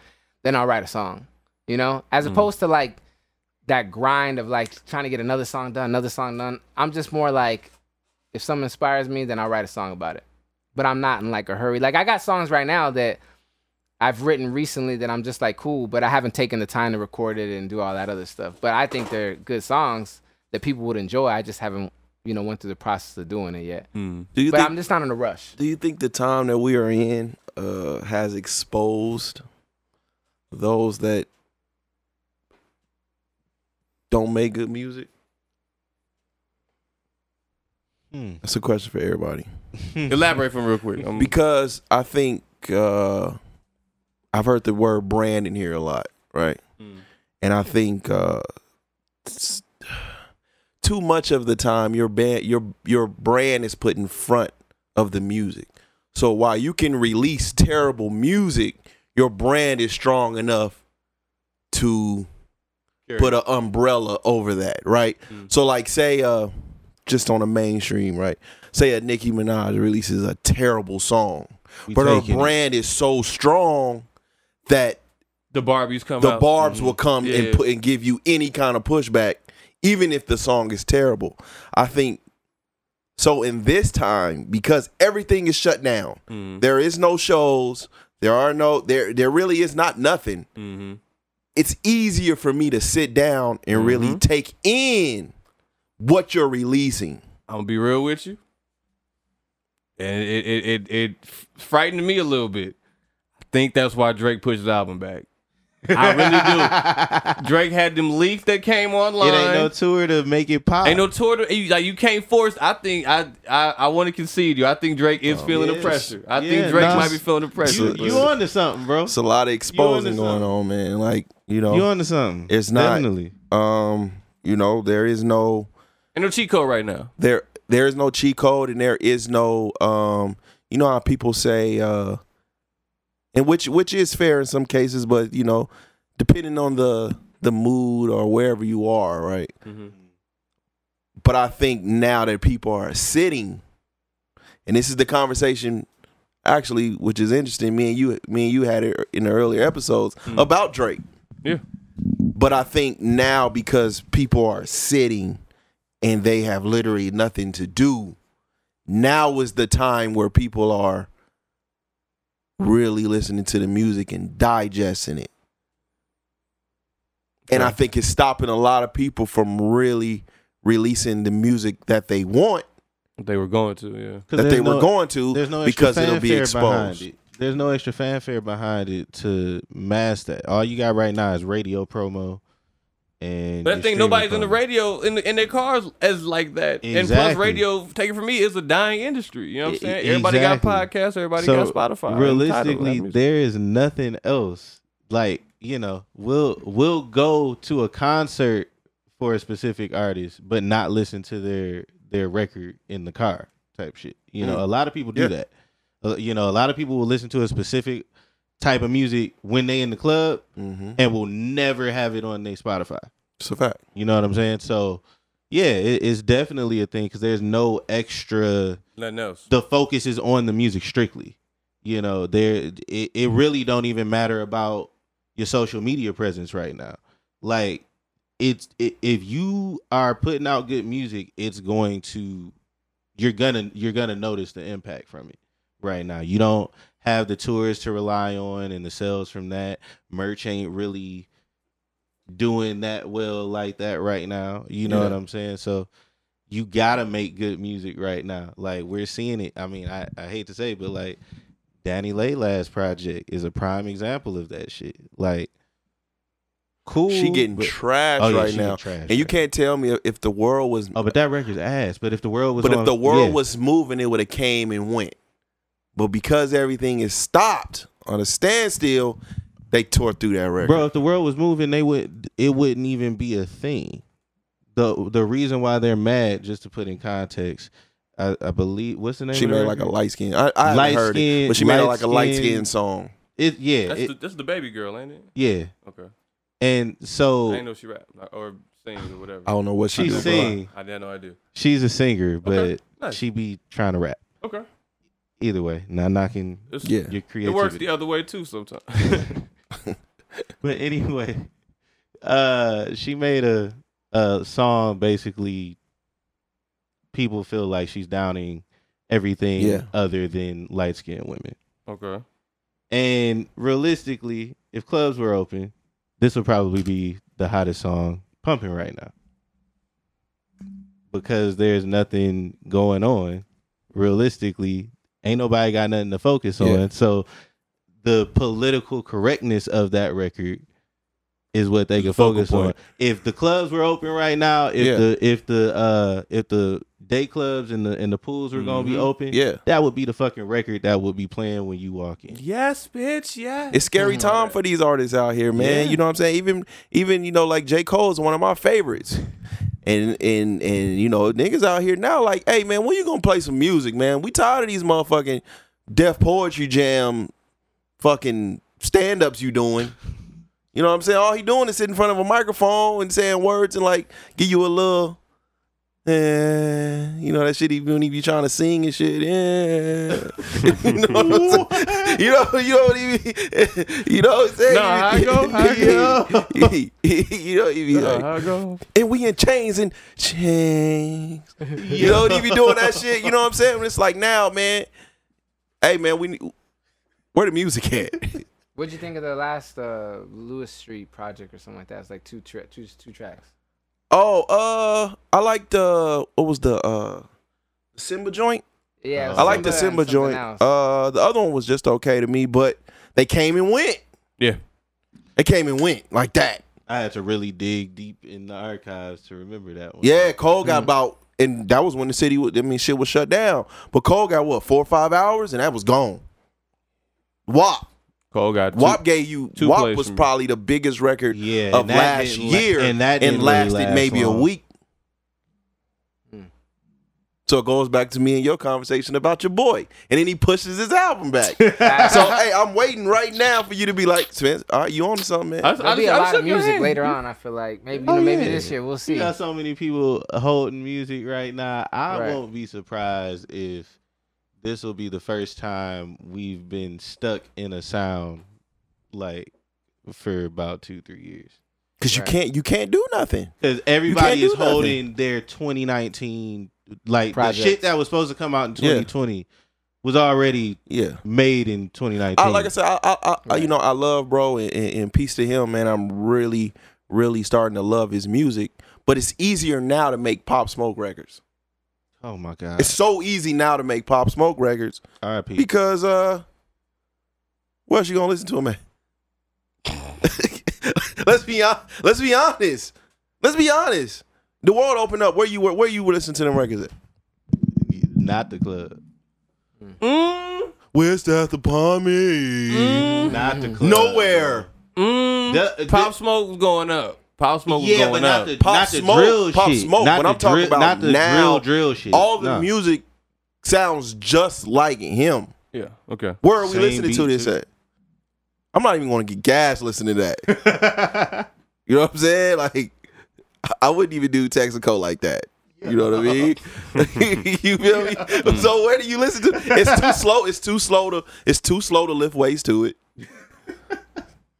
then I'll write a song. You know, as opposed to like that grind of like trying to get another song done, another song done. I'm just more like, if something inspires me, then I'll write a song about it. But I'm not in like a hurry. Like I got songs right now that I've written recently that I'm just like cool, but I haven't taken the time to record it and do all that other stuff. But I think they're good songs that people would enjoy. I just haven't, you know, went through the process of doing it yet. Hmm. Do you But think I'm just not in a rush. do you think the time that we are in uh has exposed those that don't make good music? Hmm. That's a question for everybody. Elaborate from real quick. Um, I'm- Because I think uh I've heard the word brand in here a lot, right? hmm, And I think uh s- too much of the time your band your your brand is put in front of the music. So while you can release terrible music, your brand is strong enough to put an umbrella over that, right? Mm. So like say uh just on a mainstream, right? Say a Nicki Minaj releases a terrible song, We but her taking it. brand is so strong that the Barbies come the out. Hmm. Mm-hmm. barbs will come Yeah. and put and give you any kind of pushback, even if the song is terrible. I think so. In this time, because everything is shut down, Hmm. there is no shows. There are no there. There really is not nothing. Mhm. It's easier for me to sit down and Mm-hmm. really take in what you're releasing. I'm gonna be real with you, and it it it, it f- frightened me a little bit. I think that's why Drake pushed his album back. I really do. Drake had them leaks that came It online. ain't no tour to make it pop. Ain't no tour to- you- like you can't force. I think I I, I want to concede you. I think Drake is feeling the Oh, yes. pressure. I Yeah, think Drake nah, might be feeling the pressure. You, Absolutely. you onto something, bro. It's a lot of exposing going something. on, man. Like you know, You onto something. It's not- Definitely. um, you know, there is no and no cheat code right now. there there is no cheat code and there is no um you know how people say uh and which which is fair in some cases but you know depending on the the mood or wherever you are right but i think now that people are sitting and this is the conversation actually which is interesting me and you me and you had it in the earlier episodes about drake Yeah. but I think now because people are sitting and they have literally nothing to do, now is the time where people are really listening to the music and digesting it. And I think it's stopping a lot of people from really releasing the music that they want, They were going to yeah. that 'Cause there's they were no- going to, There's no extra because it'll be fanfare exposed. Behind it. There's no extra fanfare behind it to mask that. All you got right now is radio promo and But I think extremely nobody's in the common. radio in, the, in their cars as like that. And plus, Exactly. radio, take it from me, is a dying industry. You know what I'm E- saying? e- Everybody got exactly. podcasts. Everybody got Spotify. Realistically, Entitled. there is nothing else. Like you know, we'll we'll go to a concert for a specific artist, but not listen to their their record in the car type shit. You know, a lot of people do Mm. Yeah. that. Uh, you know, a lot of people will listen to a specific type of music when they in the club Mm-hmm. and will never have it on their Spotify. It's a fact. You know what I'm saying? So, yeah, it, it's definitely a thing because there's no extra nothing else. the focus is on the music strictly. You know, there it, it really don't even matter about your social media presence right now. Like it's i if you are putting out good music, it's going to you're gonna you're gonna notice the impact from it right now. You don't have the tours to rely on and the sales from that. Merch ain't really doing that well like that right now. You know Yeah. what I'm saying? So you gotta make good music right now. Like we're seeing it. I mean, I, I hate to say, it, but like Danny Layla's project is a prime example of that shit. Like cool. She getting but- trashed Oh, yeah, right she now, trash, and you trash. can't tell me if the world was. Oh, but that record's ass. But if the world was, but on- if the world yeah. was moving, it would have came and went. But because everything is stopped on a standstill, they tore through that record. bro, if the world was moving, they would. It wouldn't even be a thing. the The reason why they're mad, just to put in context, I, I believe what's the name? she of the made like a record? light skin. I, I haven't heard it, Light-skinned- but she made like a light light-skinned- skin song. It, yeah, That's, it- the, that's the baby girl, ain't it? yeah. Okay. And so I didn't know she rap or sings or whatever. I don't know what she Oh, She doing. sing. I didn't know I do. She's a singer, but Okay, nice. she be trying to rap. Okay. Either way, not knocking It's, Yeah. your It works creativity. the other way too sometimes. but anyway, uh, she made a a song basically. People feel like she's downing everything Yeah. other than light skinned women. okay. And realistically, if clubs were open, this would probably be the hottest song pumping right now. Because there's nothing going on. Realistically, ain't nobody got nothing to focus on. Yeah. So the political correctness of that record is what they It's can the focal focus on. point. If the clubs were open right now, if Yeah. the if the uh if the day clubs and the and the pools were gonna be Mhm. open, Mm-hmm. Yeah, that would be the fucking record that would be playing when you walk in. Yes, bitch. Yeah. it's scary time for these artists out here, man. Yeah. You know what I'm saying? Even even you know like J Cole's one of my favorites, and and and you know niggas out here now like, hey man, when you gonna play some music, man? We tired of these motherfucking deaf poetry jam, fucking stand ups you doing. You know what I'm saying? All he doing is sitting in front of a microphone and saying words and like give you a little. Eh, you know that shit he when he be trying to sing and shit. Yeah. you know what I'm saying? You know, you know what he be, You know what I'm saying? Nah, I go, I go. you know he be Uh, like, how it go? and we in chains and chains. You know he be doing that shit. You know what I'm saying? But it's like now, man. Hey, man, we need, where the music at? What'd you think of the last uh, Lewis Street project or something like that? It's like two tra- two two tracks. Oh, uh, I like the what was the uh Simba joint? Yeah, it was Oh. I like the Simba Simba and joint. something else. Uh, the other one was just okay to me, but they came and went. Yeah. They came and went like that. I had to really dig deep in the archives to remember that one. Yeah, Cole Mm-hmm. got about, and that was when the city. wa- I mean, shit was shut down. But Cole got what four or five hours, and that was gone. WAP. Cole got two. WAP gave you. two WAP plays was from- probably the biggest record yeah, of and that last didn't la- year, and, didn't really lasted last maybe long. a week. Hmm. So it goes back to me and your conversation about your boy, and then he pushes his album back. That's- so hey, I'm waiting right now for you to be like, Spence, all right, you on to something, man? I, There'll be a a lot of music later on. I feel like maybe you Oh, know, maybe yeah. this year we'll see. You got so many people holding music right now. I Right. won't be surprised if this will be the first time we've been stuck in a sound like for about two three years. Because you Right. can't, you can't do nothing. Because everybody do is holding their 2019 like the Projects. shit that was supposed to come out in Yeah. 2020 was already Yeah. made in 2019. I, like I said, I, I, I I- you Right. know, I love bro, and, and, and peace to him, man. I'm really, really starting to love his music. But it's easier now to make Pop Smoke records. oh my god. It's so easy now to make Pop Smoke records R.I.P. because uh, what else you gonna listen to him at? let's be hon- let's be honest. Let's be honest. The world opened up. Where you were? Where you were listening to them records at? Not the club. Mm, Where's that the pommy? Not Mm-hmm. the club. Mm-hmm. Nowhere. mm. The- Pop Smoke was going up. Pop Smoke was yeah, but going not up. the Pop not the Smoke- drill Pop shit. Smoke, Not but the I'm talking drill, about not the now. drill drill shit. All the Nah. music sounds just like him. yeah. Okay. Where are we Same listening to beat, this too. at? I'm not even going to get gas listening to that. you know what I'm saying? Like, I- I wouldn't even do Texaco like that. You know what I mean? you feel Mm. me? So where do you listen to? It's too slow. It's too slow to. It's too slow to lift weights to it.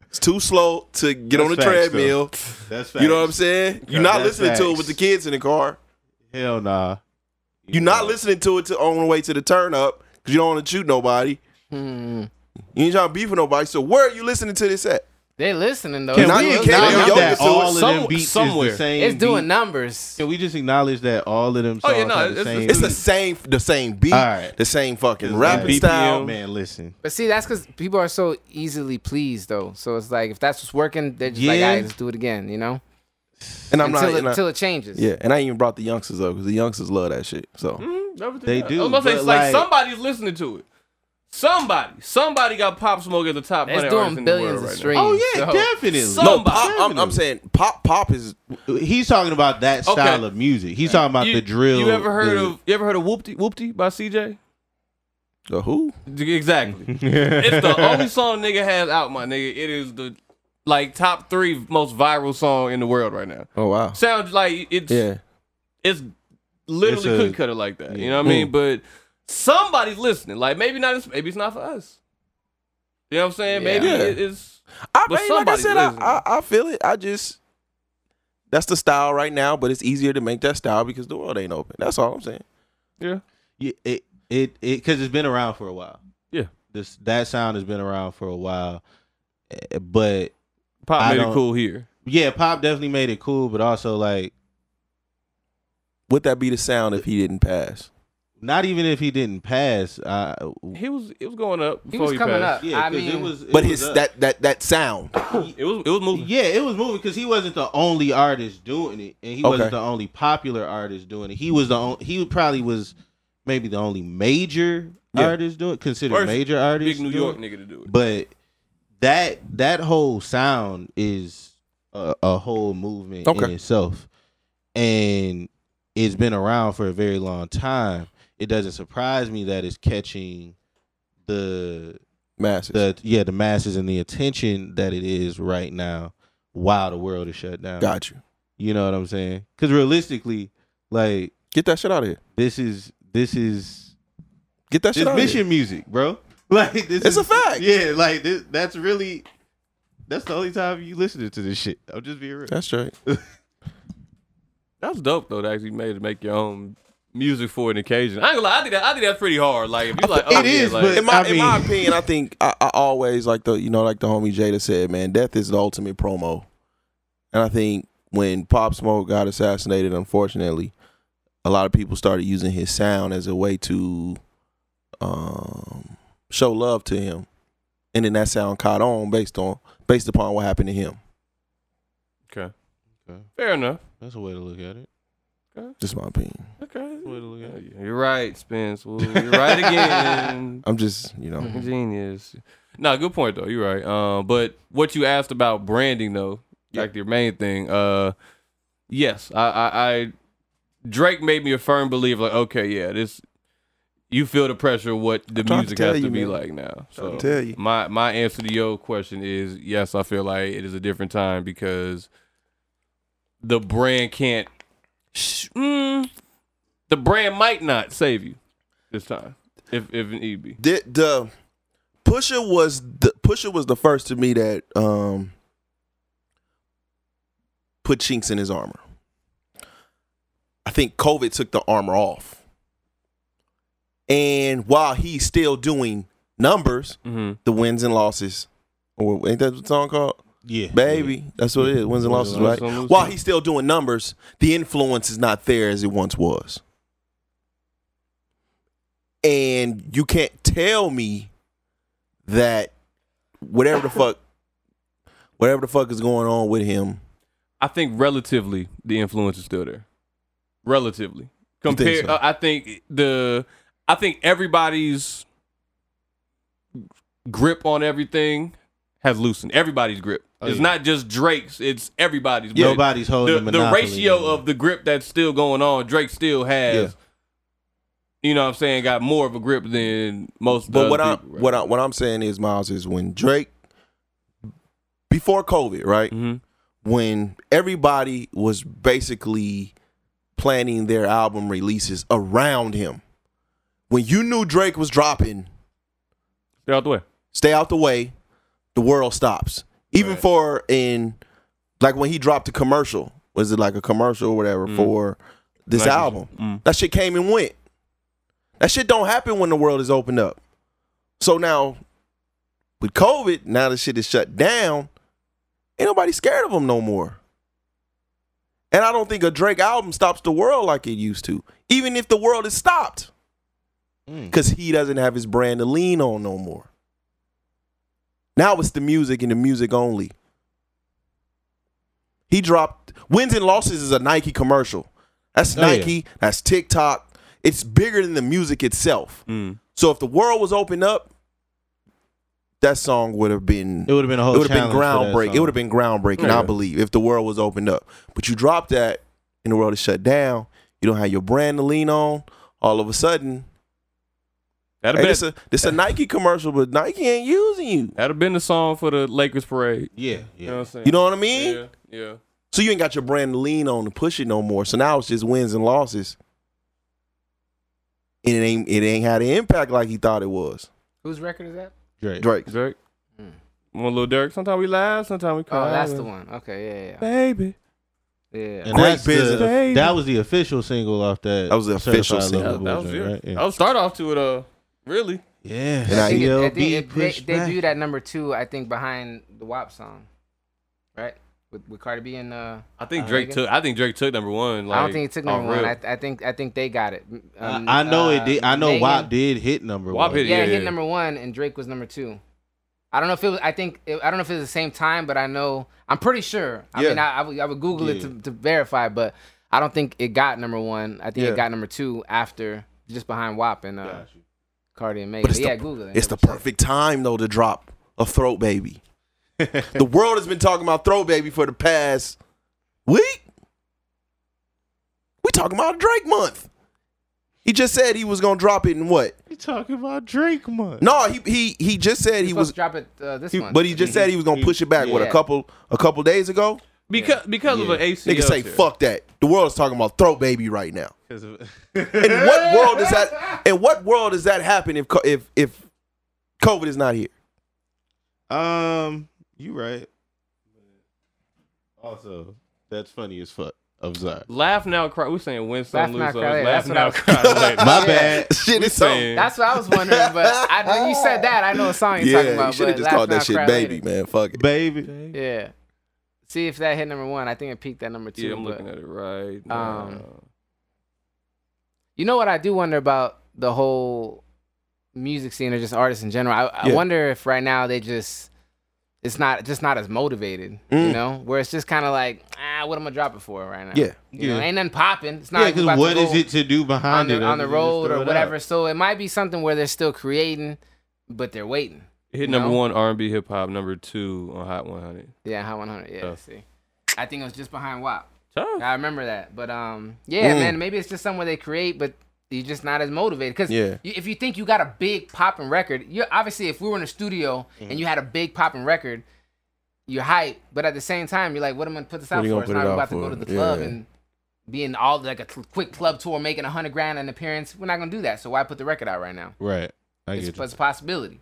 It's too slow to get on the That's facts, though. treadmill. That's You know what I'm saying? You're Yeah, not that's listening to it facts. with the kids in the car. saying? Hell nah. You're not listening to it to, on the way to the turn up because you don't want to shoot nobody. Hmm. You ain't trying to beef with nobody. So where are you listening to this at? They listening though. Can It's we doing acknowledge Yo, Now numbers. yo, that it's all of some- them beats somewhere. is the same. It's doing beat- numbers. Can we just acknowledge that all of them Oh, songs yeah, no, have it's- the same? It's the beat? same, the same beat, All right. the same fucking It's rapping like- style. Man, listen. But see, that's because people are so easily pleased though. So it's like if that's what's working, they're just like, Yeah. all right, let's do it again. You know, And I'm until not, it, and I- until it changes. yeah. And I ain't even brought the youngsters up because the youngsters love that shit. So Mm, everything They else. do, I was about to say, but it's like, like- somebody's listening to it. Somebody, somebody got Pop Smoke at the top. 100 artists It's doing in the world billions of right now. streams. Oh yeah, so- definitely. So- no, Somebody. pop, I'm, I'm saying pop, pop is He's talking about that Okay. style of music. He's talking about You- the drill. You ever heard the- of you ever heard of Whoopty Whoopty by CJ? the who? Exactly. it's the only song nigga has out, my nigga. It is the like top three most viral song in the world right now. Oh wow, Sounds like it's yeah. it's literally It's a- could cut it like that. You know what I mean? But somebody's listening. Like maybe not. Maybe it's not for us. You know what I'm saying? Maybe Yeah. it- it's. I, mean, But like I somebody's said, I, listening. I, I feel it. I just that's the style right now, but it's easier to make that style because the world ain't open. That's all I'm saying. Yeah. Yeah, it it it because it's been around for a while. Yeah. this that sound has been around for a while, Eh, but Pop I made it don't- cool here. yeah, pop definitely made it cool. But also like, Would that be the sound if he didn't pass? not even if he didn't pass, uh, He was it was going up. he Before was he coming passed. up. I yeah, 'cause mean, it was. it But was his up. that that that sound. It was it was moving. Yeah, it was moving because he wasn't the only artist doing it, and he Okay. wasn't the only popular artist doing it. He was the only. He probably was maybe the only major Yeah. artist doing considered First major artist. Big New doing York it. nigga to do it. but that that whole sound is a, a whole movement in Okay. itself, and it's been around for a very long time. It doesn't surprise me that it's catching the Massive. the yeah the masses and the attention that it is right now while the world is shut down. Got you. You know what I'm saying? Because realistically, like Get that shit out of here. this is this is Get that shit this out of here. mission music, bro. Like this It's is, a fact. Yeah, like this, that's really that's the only time you listening to this shit. I'm just being real. That's right. That's dope though. To actually made to make your own music for an occasion. I ain't gonna lie. I think that I think that's pretty hard. Like if you like, oh, It yeah, is, like, but- in my I in my mean- opinion, I think I, I always like the you know like the homie Jada said, man, death is the ultimate promo, and I think when Pop Smoke got assassinated, unfortunately, a lot of people started using his sound as a way to um, show love to him, and then that sound caught on based on based upon what happened to him. okay. Okay. Fair enough. That's a way to look at it. Just my opinion. Okay. Oh, That's a way to look at it. You're right, Spence. Well, you're right again. I'm just you know Mhm. Genius. No, good point though. You're right. Um, but what you asked about branding though, like your main thing. Uh, yes, I, I, I, Drake made me a firm believer. Like, okay, yeah, this. You feel the pressure of what the I'm trying to music tell has to you, be man. like now. Trying So to tell you. my my answer to your question is yes. I feel like it is a different time because the brand can't. Sh- mm, the brand might not save you this time if if need be. the, the Pusha was the Pusha was the first to me that um put chinks in his armor. I think COVID took the armor off. And while he's still doing numbers, Mm-hmm. the wins and losses, or ain't that what the song called? Yeah, Baby, that's what it is. Wins and losses, Wins and right? losses, losing. While he's still doing numbers, the influence is not there as it once was. And you can't tell me that whatever the fuck, whatever the fuck is going on with him, I think relatively the influence is still there. Relatively, think compare. so? uh, I think the I think everybody's grip on everything has loosened. Everybody's grip. Oh, it's yeah. not just Drake's. It's everybody's. Yeah. grip. Nobody's holding the, the, the monopoly ratio anymore. of the grip that's still going on. Drake still has. Yeah. You know what I'm saying? Got more of a grip than most. But what I'm other people, what I what I'm saying is Miles is when Drake before COVID, right? Mhm. When everybody was basically planning their album releases around him. When you knew Drake was dropping, They're out the way. stay out the way, the world stops. Even Right. for in like when he dropped a commercial, was it like a commercial or whatever Mhm. for this Like- album? Mm. That shit came and went. That shit don't happen when the world is opened up. So now, with COVID, now the shit is shut down. Ain't nobody scared of him no more. And I don't think a Drake album stops the world like it used to. Even if the world is stopped, Mm. because he doesn't have his brand to lean on no more. Now it's the music and the music only. He dropped wins and losses is a Nike commercial. That's Oh, yeah. Nike. That's TikTok. It's bigger than the music itself. Mm. So if the world was opened up, that song would have been It would have been a whole. it would have been challenge for that groundbreaking. It song. would have been groundbreaking, Yeah. I believe, if the world was opened up. But you drop that, and the world is shut down. You don't have your brand to lean on. All of a sudden, That'd hey, have this been a this a Nike commercial, but Nike ain't using you. that'd have been the song for the Lakers parade. Yeah, You know what yeah. I'm saying? You know what I mean? Yeah, yeah. So you ain't got your brand to lean on to push it no more. So now it's just wins and losses. And it ain't it ain't had an impact like he thought it was. Whose record is that? Drake. Drake. Drake. Mm. One little Dirk. Sometimes we laugh. Sometimes we cry. Oh, that's the one. Okay, yeah, Baby. yeah, yeah. Uh, And Great that's business. The, Baby. that was the official single off that. That was the official Certified single. Yeah, Lover that Boy was joint, it. right? Yeah. I'll start off to it. Uh, really. Yeah, And I- think it- CLB think it- pushed they, back. debuted at number two, I think, behind the WAP song, right? With with Cardi B and uh, I think Uh, Drake Megan? took. I think Drake took number one. Like, I don't think it took number off one. rip. I, I think I think they got it. Um, I, I know uh, it did. I know Megan- WAP did hit number WAP one. hit- Yeah, Yeah, it yeah. hit number one, and Drake was number two. I don't know if it was. I think it, I don't know if it was the same time, but I know I'm pretty sure. I Yeah. mean, I, I, would, I would Google it Yeah. to, to verify, but I don't think it got number one. I think Yeah. it got number two after just behind WAP and uh, Cardi and Megan. But it's yeah, the- Google it. It's the perfect time though to drop a throat baby. the world has been talking about throat baby for the past week. We talking about Drake month. He just said he was gonna drop it in what? You talking about Drake month? No, he he he just said He, he was was to drop it uh, this He- month, but he just said he was gonna push it back. What a Yeah. couple a couple days ago, because because of Yeah. an ACL. nigga say tear. fuck that. The world's talking about throat baby right now. Because of In what world does that? In what world does that happen if co- if if COVID is not here? um, you right. Also, that's funny as fuck. I'm sorry. Laugh now, cry. We're saying win Laugh some, now, lose some. cry later. Laugh That's what now, I was- cry later. My Yeah. bad. Shit, We it's so. saying- That's what I was wondering, but I, when you said that, I know a song you're talking Yeah, you about. should have but just Laugh called Now, that shit Cry baby, Later. man. Fuck it. Baby. Yeah. See if that hit number one. I think it peaked at number two. Yeah, I'm but- um, looking at it right now. You know what I do wonder about the whole music scene or just artists in general. I, I Yeah. wonder if right now they just it's not just not as motivated, Mm. you know, where it's just kind of like ah, what am I dropping for right now? Yeah. you know, Yeah. ain't nothing popping. It's not Yeah, like we because about what to is go it to do on behind it the, on other than the just road throw or it whatever? out? So it might be something where they're still creating, but they're waiting. Hit number No. one R&B hip hop. Number two on Hot 100. Yeah, Hot 100. Yeah, Yeah. see, I think it was just behind WAP. Tough. I remember that. But um, yeah, Mm. man, maybe it's just somewhere they create, but you're just not as motivated. Because Yeah. if you think you got a big popping record, you obviously if we were in a studio and you had a big popping record, you're hype. But at the same time, you're like, what am I gonna put this What out you for? gonna It's put not it out about to go for? to the club Yeah. and be in all like a cl- quick club tour, making a hundred grand an appearance. We're not gonna do that. So why put the record out right now? Right. I It's, get you. it's a possibility.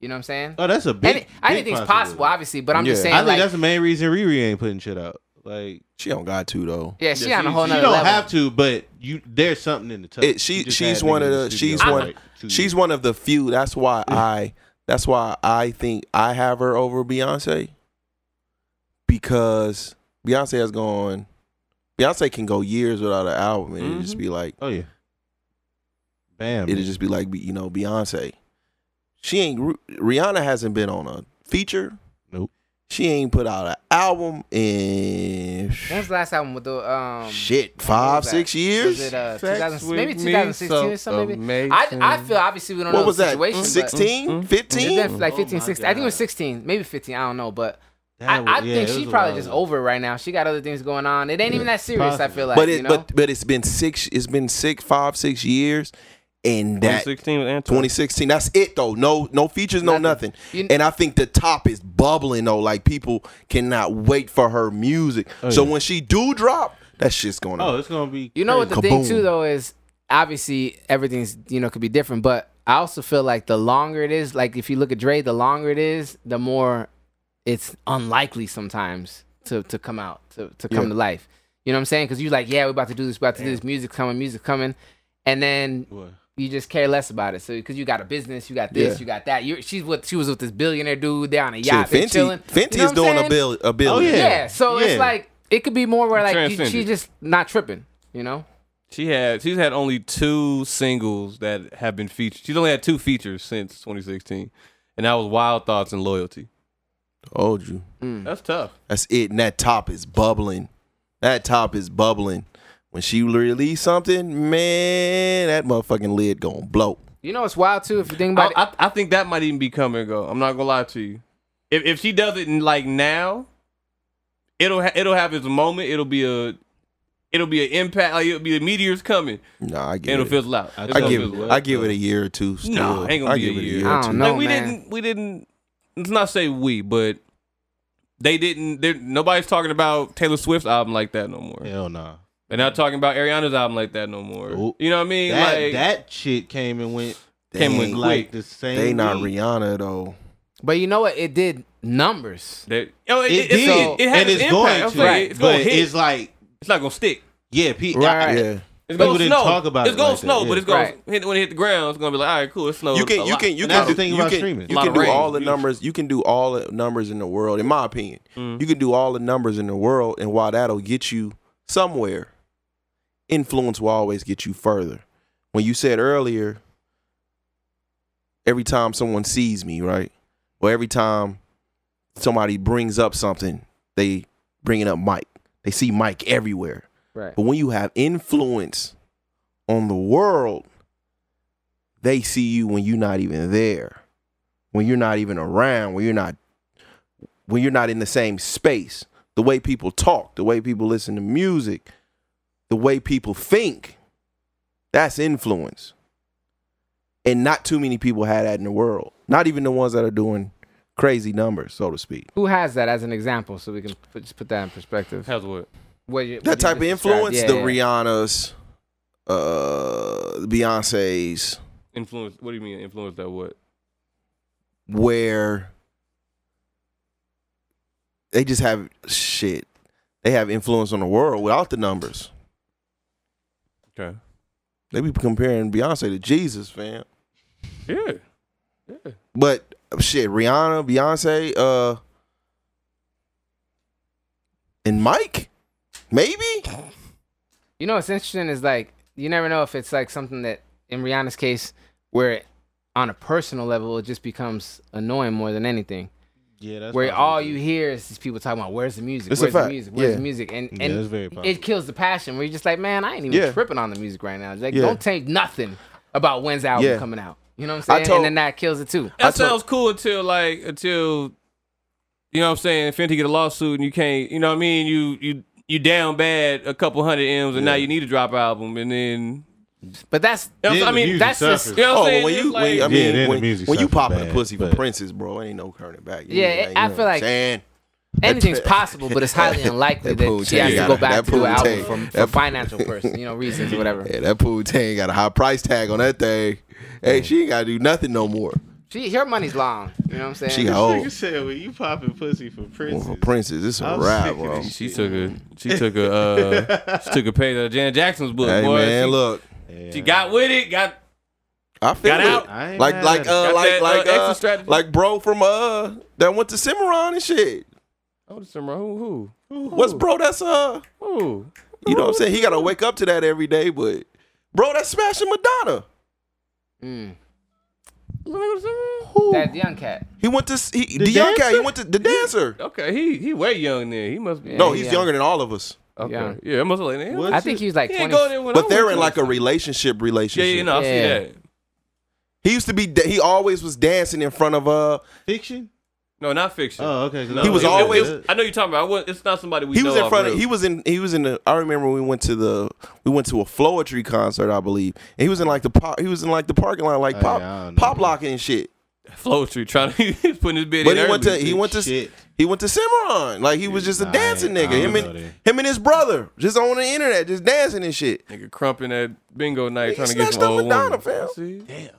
You know what I'm saying? Oh, that's a big. And it- I big didn't think it's possibility. possible, obviously, but I'm just Yeah. saying. I think like, that's the main reason Riri ain't putting shit out. Like She don't got to though. yeah, she Yeah, on a she- whole she you nother don't level. have to, but you there's something in the tub. It- she- You just she's had one niggas of in the- studio she's for one- two She's years. one of the few. That's why I. That's why I think I have her over Beyonce. Because Beyonce has gone. Beyonce can go years without an album and it'd just Mhm. be like. Oh yeah. Bam. it'll just be like you know Beyonce. She ain't Rihanna hasn't been on a feature. Nope. She ain't put out an album in When was the last album with the um? shit what five was six that? years. Was it uh, Sex 2000, with maybe me, 2016 so or something? Maybe. I I amazing. feel obviously we don't know what was the that? situation. but- 16? Mm-mm. 15? It's been like Oh 15, my 16. I think it was God. 16, maybe 15. I don't know, but I, That I was- yeah, think it she was a probably while just ago. over right now. She got other things going on. It ain't even that serious. I feel like, but it you know? but but it's been six it's been six five six years and that 2016 with Antoine. 2016 that's it though no no features no nothing, Nothing. You- and i think the top is bubbling though like people cannot wait for her music so when she do drop that shit's going Oh, on it's gonna be. You know what the Crazy. thing Kaboom. too though is obviously everything's you know could be different, but I also feel like the longer it is, like if you look at Dre, the longer it is, the more it's unlikely sometimes to to come out to to come Yeah. to life. You know what I'm saying? Because you're like, yeah, we're about to do this, we're about to do this. Music coming, music coming, and then What? you just care less about it. So because you got a business, you got this, Yeah. you got that. You're, she's with she was with this billionaire dude. They're on a Shit, yacht. they're chilling. fenty fenty You know is what I'm doing a saying? bill a billion Oh, yeah. Yeah. So Yeah. it's like it could be more where like you, Transcended. she's just not tripping. You know. She had she's had only two singles that have been featured. She's only had two features since 2016, and that was Wild Thoughts and Loyalty. told you Uh, That's tough. that's it and that top is bubbling that top is bubbling when she release something man that motherfucking lid gonna blow You know it's wild too if you think I, about it. I, I think that might even be coming and go. I'm not gonna lie to you. If if she does it in, like now, it'll ha- it'll have its moment. It'll be a it'll be an impact. Like it'll be the meteors coming. nah i get And it'll it fizzle out. I It's I gonna give fizzle it, out. I give it a year or two. Still. Nah, ain't gonna I be a give it year. a year. I Or don't two. know. like we man. didn't we didn't let's not say we, but they didn't there nobody's talking about Taylor Swift's album like that no more. Hell nah. They're not talking about Ariana's album like that no more. Ooh. You know what I mean? That like that shit came and went Came with Dang, quick. like the same. They not week. Rihanna though. but you know what? It did numbers. that- oh, it, It, it, did, it, it had and its impact. it's going I'm to. saying, it's gonna but hit. it's like, It's not gonna stick. yeah, Pete. Right. I- Yeah. It's People gonna didn't snow. talk about it's it gonna like that, snow, yeah. but it's gonna Right. hit, when it hit the ground. It's gonna be like, all right, cool. It snowed. You a can you lot. can you And that's can the do, thing you about can, streaming. You Lot can of do rain. all the numbers. You can do all the numbers in the world, in my opinion. Mm. You can do all the numbers in the world, and while that'll get you somewhere, influence will always get you further. When you said earlier, every time someone sees me, right, or every time somebody brings up something, they bringing up Mike. They see Mike everywhere. Right. But when you have influence on the world, they see you when you're not even there, when you're not even around, when you're not when you're not in the same space. The way people talk, the way people listen to music, the way people think, that's influence. And not too many people had that in the world. Not even the ones that are doing crazy numbers, so to speak. Who has that as an example so we can put, just put that in perspective? Has what? What you- what that you type of just described. influence, Yeah, the yeah. Rihanna's, uh, the Beyonce's, Influence? What do you mean influence? That what? where they just have shit. They have influence on the world without the numbers. Okay. They be comparing Beyonce to Jesus, fam. Yeah. But shit, Rihanna, Beyonce, uh, and Mike, maybe. You know what's interesting is like you never know if it's like something that in Rihanna's case where it, on a personal level it just becomes annoying more than anything. Yeah, that's where possible, all too. you hear is these people talking about where's the music, It's a where's the fact, music, where's yeah. the music, and Yeah, that's and very possible. it kills the passion. Where you're just like, man, I ain't even Yeah. tripping on the music right now. It's like, Yeah. don't take nothing about when's the album Yeah. coming out. You know what I'm I saying? told- and then that kills it too. That told- sounds cool until like until you know what I'm saying, Fenty get a lawsuit and you can't you know what I mean, you you you down bad a couple hundred M's and now you need to drop an album and then But that's you know, Then I the mean music that's just suffers. you know what Oh, I'm saying? when It's you, like, when, I Yeah, mean, then the when, music when you suffers popping the bad, pussy for but- princes, bro, ain't no turning back. Yeah, ain't- it- I ain't feel no like- saying. anything's possible, but it's highly unlikely That pool that she has tag to gotta- go that back to do pool an tag- album from for that- financial person, you know, reasons or whatever. Yeah, that pool tang got a high price tag on that thing. Hey, she ain't got to do nothing no more. She her money's long. You know what I'm saying? She got Oh. old. said, "Well, you popping pussy for Well, for princes." Princess, it's a I'm wrap, sick of bro. this she took a she took a uh she took a page of Janet Jackson's book, Hey boy. man, she, look, Yeah. she got with it, got I feel Got it. out. I ain't Like mad like at uh Got like that, like uh, extra uh, strategy. like bro from uh that went to Cimarron and shit. Oh this summer, who who? What's bro? That's uh who who? you know what I'm saying. He got to wake up to that every day, but bro, that's smashing Madonna. Mm. Who? That young cat. he went to s- he, the, young dancer? cat. He went to the dancer. Okay, he he way young there. He must be. no, Yeah, he's yeah. younger than all of us. Okay. Yeah. Yeah, it must have like What? that. I think he was like He ain't 20. go there when But I they're went in to- like a relationship Yeah, relationship. yeah, no, I Yeah. see that. He used to be. da- He always was dancing in front of uh. Fiction? No, not fiction. Oh, okay. 'cause No, He was it- it- always- it- I know you're talking about. I wa- It's not somebody we. He was know in front off of. rip. He was in. He was in the. I remember we went to the. We went to a Floetry concert, I believe. And he was in like the pop. He was in like the parking lot, like Oh, pop, yeah, I don't know. pop locking and shit. flow through trying to he's putting his bid But in he went early. to. He went to. Shit. He went to Cimarron. Like he was just a Nah, I dancing ain't- I nigga. don't Him know and that. him and his brother just on the internet, just dancing and shit. nigga crumping at bingo night Nigga trying to snatched get some up old Madonna, woman. fam. See? Damn.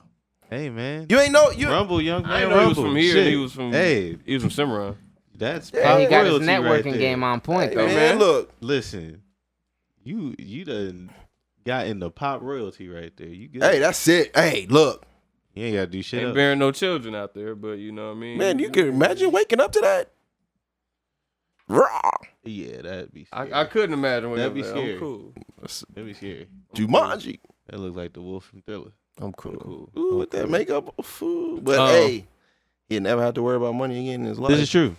Hey man. You ain't know. You Rumble, young man. I didn't know he was Rumble. from here. and Shit. He was from. Hey, he was from Cimarron. that's Yeah, pop He got his royalty right networking there. game on point Hey, though. man, man. look. Listen, you you done got in the pop royalty right there. You good? Hey, that's it. Hey, look. you ain't gotta do shit. Ain't Else. bearing no children out there, but you know what I mean. Man, Mm-hmm. you can imagine waking up to that. Raw. yeah, that'd be. Scary. I, I couldn't imagine. What That'd be like, scary. I'm cool. That'd be scary. Jumanji. That looked like the wolf from Thriller. I'm cool. Cool. Ooh, with that makeup. Ooh. But Oh. hey, he never had to worry about money again in his life. This is true.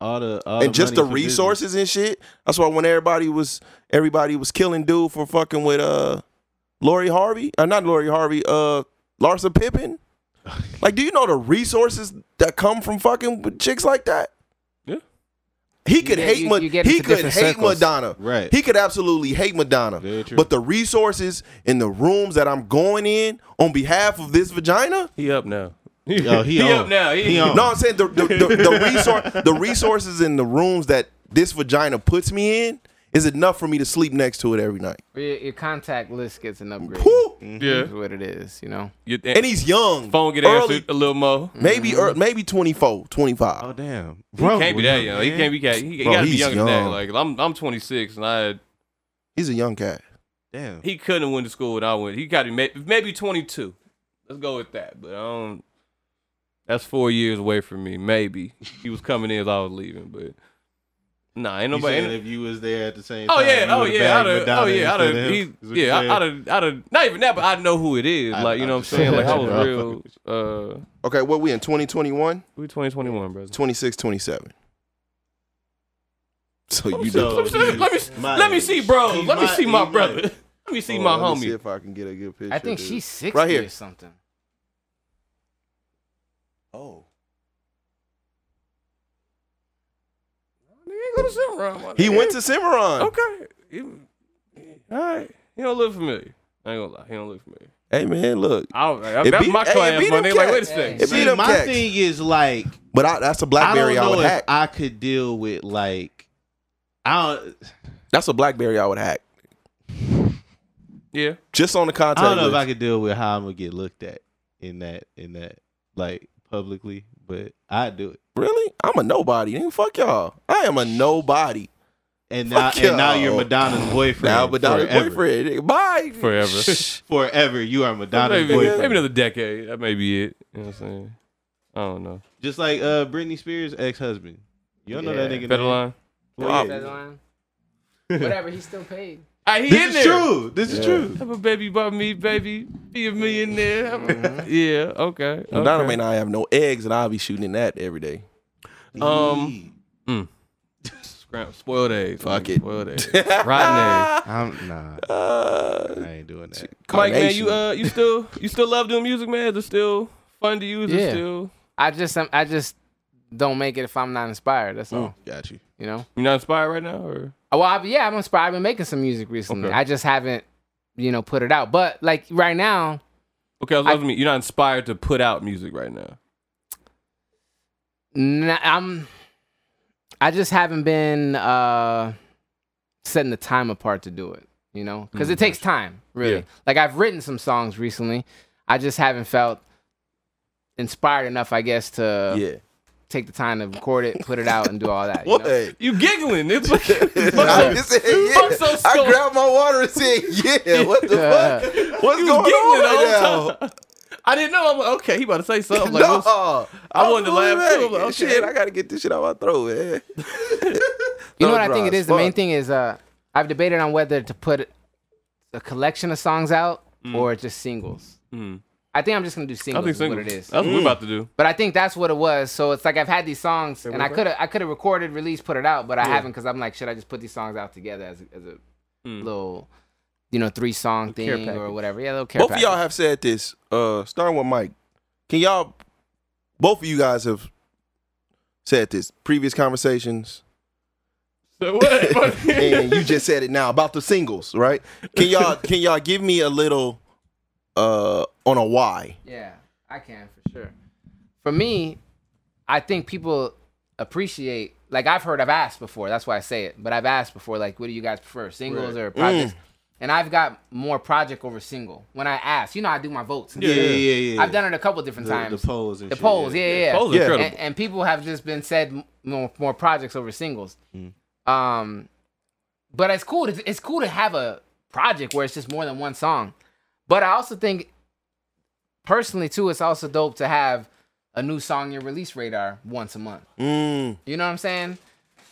All the all and just the money for business. resources and shit. That's why when everybody was everybody was killing dude for fucking with uh Lori Harvey, uh, not Lori Harvey, uh Larsa Pippen. Like, do you know the resources that come from fucking with chicks like that? Yeah. He could get- hate you- Ma- you get he into could hate different circles. Madonna. Right. He could absolutely hate Madonna. Very true. But the resources in the rooms that I'm going in on behalf of this vagina, He up now. Yo, he on. up now. He, He on. no, I'm saying the the, the, the, resource, the resources in the rooms that this vagina puts me in is enough for me to sleep next to it every night. Your, your contact list gets an upgrade. Whew. Mm-hmm. Yeah. Is what it is, you know. Your And he's young. phone get early, answered a little more. Maybe Mm-hmm. ear- maybe 24, 25. Mm-hmm. Oh damn. He can't be that young. He man. can't be. He, he Bro, gotta be he's younger than that. young. Like I'm. I'm 26, and I. He's a young cat. Damn. He couldn't have went to school when I went. He got to be ma- maybe 22. Let's go with that. But I don't. That's four years away from me. Maybe he was coming in as I was leaving, but nah, ain't You nobody. saying ain't- if you was there at the same oh time. yeah, you oh would've yeah, I'd bagged have, oh Madonna yeah, I'd instead have, of him, is what yeah, you I'd saying? have, I'd have, not even that, but I know who it is. I- like you I know what I'm understand saying? Like I that, was bro. real. Uh, Okay, what we in 2021? we 2021, bro. 26, 27. So you do. Let me, so- let me- let me- My let me age. see, bro. He's Let me my- see my he's brother. my- Let me see Hold my on, Oh, let me See homie. if I can get a good picture. I think dude. she's 60 Right here. or something. Oh. He He went to Cimarron. Okay. You- all right. He don't look familiar. I ain't gonna lie. He don't look familiar. Hey man, look. I, don't- I, It that's be- my hey, it class, be man. them They like, wait a cats. second. It be See, them my cats. thing is like But I, that's a BlackBerry I I, don't know would if hack. I could deal with like I don't that's a BlackBerry I would hack. Yeah. Just on the contact I don't know if list. I could deal with how I'm gonna get looked at in that in that like publicly, but I do it. Really? I'm a nobody. Nigga, fuck y'all. I am a nobody. And now Fuck and now y'all. you're Madonna's boyfriend. Now, but not a forever. boyfriend. Nigga, Bye. Forever. Shh. Forever, you are Madonna's Maybe, boyfriend. maybe another decade. That may be it. You know what I'm saying? I don't know. Just like uh Britney Spears' ex husband. You don't know that Yeah. nigga. Better name. line. Well, yeah. Fed line. Whatever, he's still paid. Ah, he in This is there. true. This is true. Have a baby by me, baby. Be a millionaire. Have a- yeah. Okay. Madonna okay. Mm-hmm. may not have no eggs, and I'll be shooting in that every day. Um, Scram- Spoiled eggs. Fuck nigga. it. Spoiled eggs. Rotten eggs. I'm nah. Uh, I ain't doing that. Mike, man, you carnation. uh, you still you still love doing music, man? Is it still fun to you? Is it Yeah. still I just I'm- I just don't make it if I'm not inspired. uh, That's Oh, Mm. all. Got you. You know. Uh, you not inspired right now, or Well, I, yeah, I'm inspired. I've been making some music recently. Okay. I just haven't, you know, put it out. But like right now, okay? I was asking me, you're not inspired to put out music right now. n- I'm. I just haven't been uh setting the time apart to do it. You know, because it takes time, really. Yeah. Like I've written some songs recently. I just haven't felt inspired enough, I guess, Uh, to yeah. take the time to record it, put it out, and do all that. you What? know? You giggling? It's like, I, fuck just said, yeah. Fuck so I sore. grabbed my water and said, "Yeah, what the Yeah. fuck? What's you going giggling on the right whole now?" time. I didn't know. I'm like, okay, he about to say something. Like, what's- no, I wanted to laugh, I'm too. I'm like, like, okay. Shit, I gotta get this shit out my throat, man. You know Throat what I think dry it as is? The main fuck. thing is uh, I've debated on whether to put a collection of songs out or just singles. Mm. I think I'm just gonna do I singles. think is singles. what it is. That's what we're about to do. But I think that's what it was. So it's like I've had these songs, and I could have I could have recorded, released, put it out, but I haven't because I'm like, should I just put these songs out together as a, as a Hmm. little, you know, three song Mm. care thing or package. whatever? Yeah, little care Both of y'all package. have said this. Uh, starting with Mike, can y'all? Both of you guys have said this previous conversations, So what? and you just said it now about the singles, right? Can y'all? Can y'all give me a little uh on a why? Yeah, I can for sure. For me, I think people appreciate like I've heard I've asked before, that's why I say it. But I've asked before, like, what do you guys prefer? Singles or Mm. projects? And I've got more project over single when I ask. You know I do my votes. and Yeah, yeah, stuff. yeah. yeah. I've done it a couple different the, times. the polls and The shit, polls, yeah, yeah, yeah. Polls are Yeah. incredible. And, and people have just been said m- more, more projects over singles. Um, but it's cool. To, it's cool to have a project where it's just more than one song. But I also think, personally too, it's also dope to have a new song in your release radar once a month. Mm, You know what I'm saying?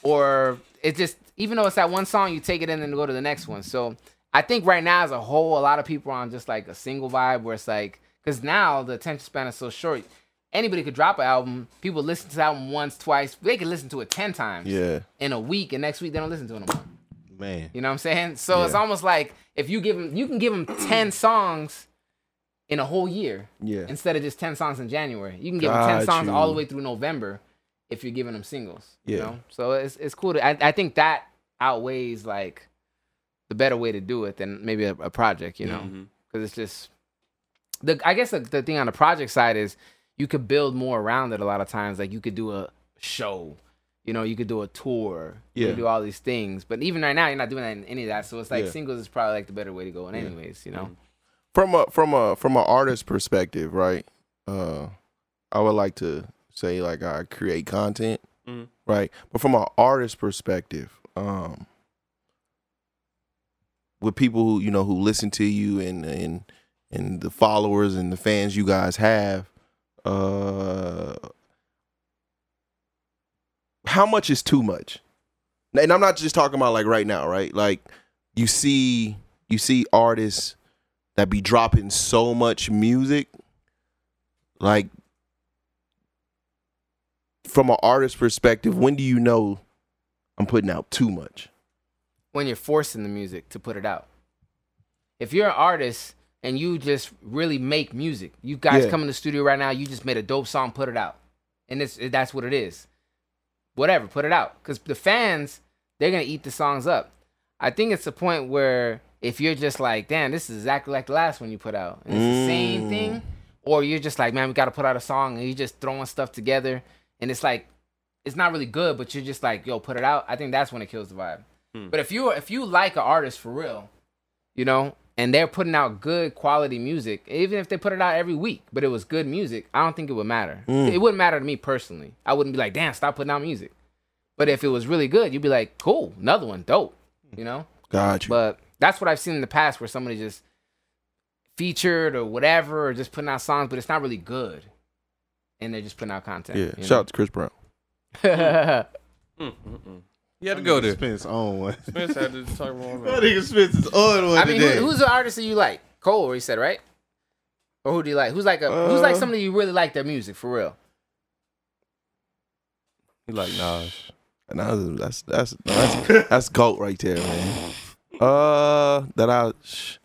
Or it just even though it's that one song, you take it in and go to the next one. So I think right now as a whole, a lot of people are on just like a single vibe where it's like because now the attention span is so short. Anybody could drop an album. People listen to the album once, twice. They could listen to it ten times yeah, in a week, and next week they don't listen to it no more. man. You know what I'm saying? So it's Yeah. almost like if you give them, you can give them ten songs in a whole year yeah. instead of just 10 songs in January. You can give them Got 10 songs you. all the way through November if you're giving them singles. You Yeah. know? So it's, it's cool. To, I, I think that outweighs like the better way to do it than maybe a, a project, you know? Mm-hmm. Because it's just, the I guess the, the thing on the project side is you could build more around it a lot of times. Like you could do a show. You know, you could do a tour, you Yeah. could do all these things, but even right now, you're not doing that in any of that. So it's like Yeah. Mm-hmm. singles is probably like the better way to go, in anyways, you know. from a from a from an artist perspective, right? Uh, I would like to say like I create content, Mhm. right? But from an artist perspective, um, with people who you know who listen to you and and and the followers and the fans you guys have, uh, how much is too much? And I'm not just talking about like right now, right? Like you see you see artists that be dropping so much music like from an artist perspective when do you know i'm putting out too much when you're forcing the music to put it out. If you're an artist and you just really make music, you guys Yeah. come in the studio right now, you just made a dope song, put it out. And it's, that's what it is. Whatever, put it out. Because the fans, they're going to eat the songs up. I think it's a point where if you're just like, damn, this is exactly like the last one you put out, and it's the same Mm. thing, or you're just like, man, we got to put out a song, and you're just throwing stuff together, and it's like, it's not really good, but you're just like, yo, put it out. I think that's when it kills the vibe. Mm-hmm. But if you if you like an artist for real, you know, and they're putting out good quality music, even if they put it out every week, but it was good music, I don't think it would matter. Mm. It wouldn't matter to me personally. I wouldn't be like, damn, stop putting out music. But if it was really good, you'd be like, cool, another one, dope. You know? got you But that's what I've seen in the past where somebody just featured or whatever, or just putting out songs, but it's not really good. And they're just putting out content. yeah you shout out to chris brown know? Hmm, You had to go there. Spence on one. Spence had to talk about That that. nigga Spence is on one I mean, who, today. who's the artist that you like? Cole, you said right, or who do you like? Who's like a who's like Uh, somebody you really like their music for real? He like Nas. and I was- that's that's that's that's goat right there man uh that i sh-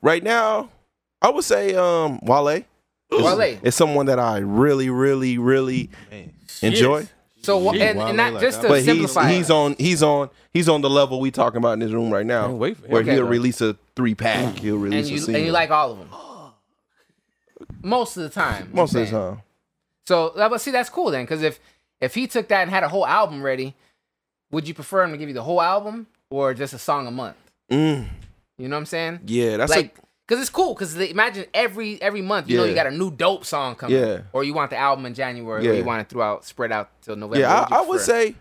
right now i would say um wale Wale. it's someone that i really really really Man. enjoy So wha- Gee, and, Wale and not like just that. to but he's simplify. he's on he's on he's on the level we talking about in this room right now. Man, wait for him. where Okay. Mm. he'll release a three pack. He'll and release a you single. and you like all of them. Most of the time. I'm most of the saying. time. So, uh, but see, that's cool then, because if if he took that and had a whole album ready, would you prefer him to give you the whole album or just a song a month? Mm, You know what I'm saying? yeah, that's like because it's cool because imagine every every month you know Yeah. you got a new dope song coming Yeah. or you want the album in january or Yeah. you want it throughout spread out till a november yeah. What I, I you would prefer? say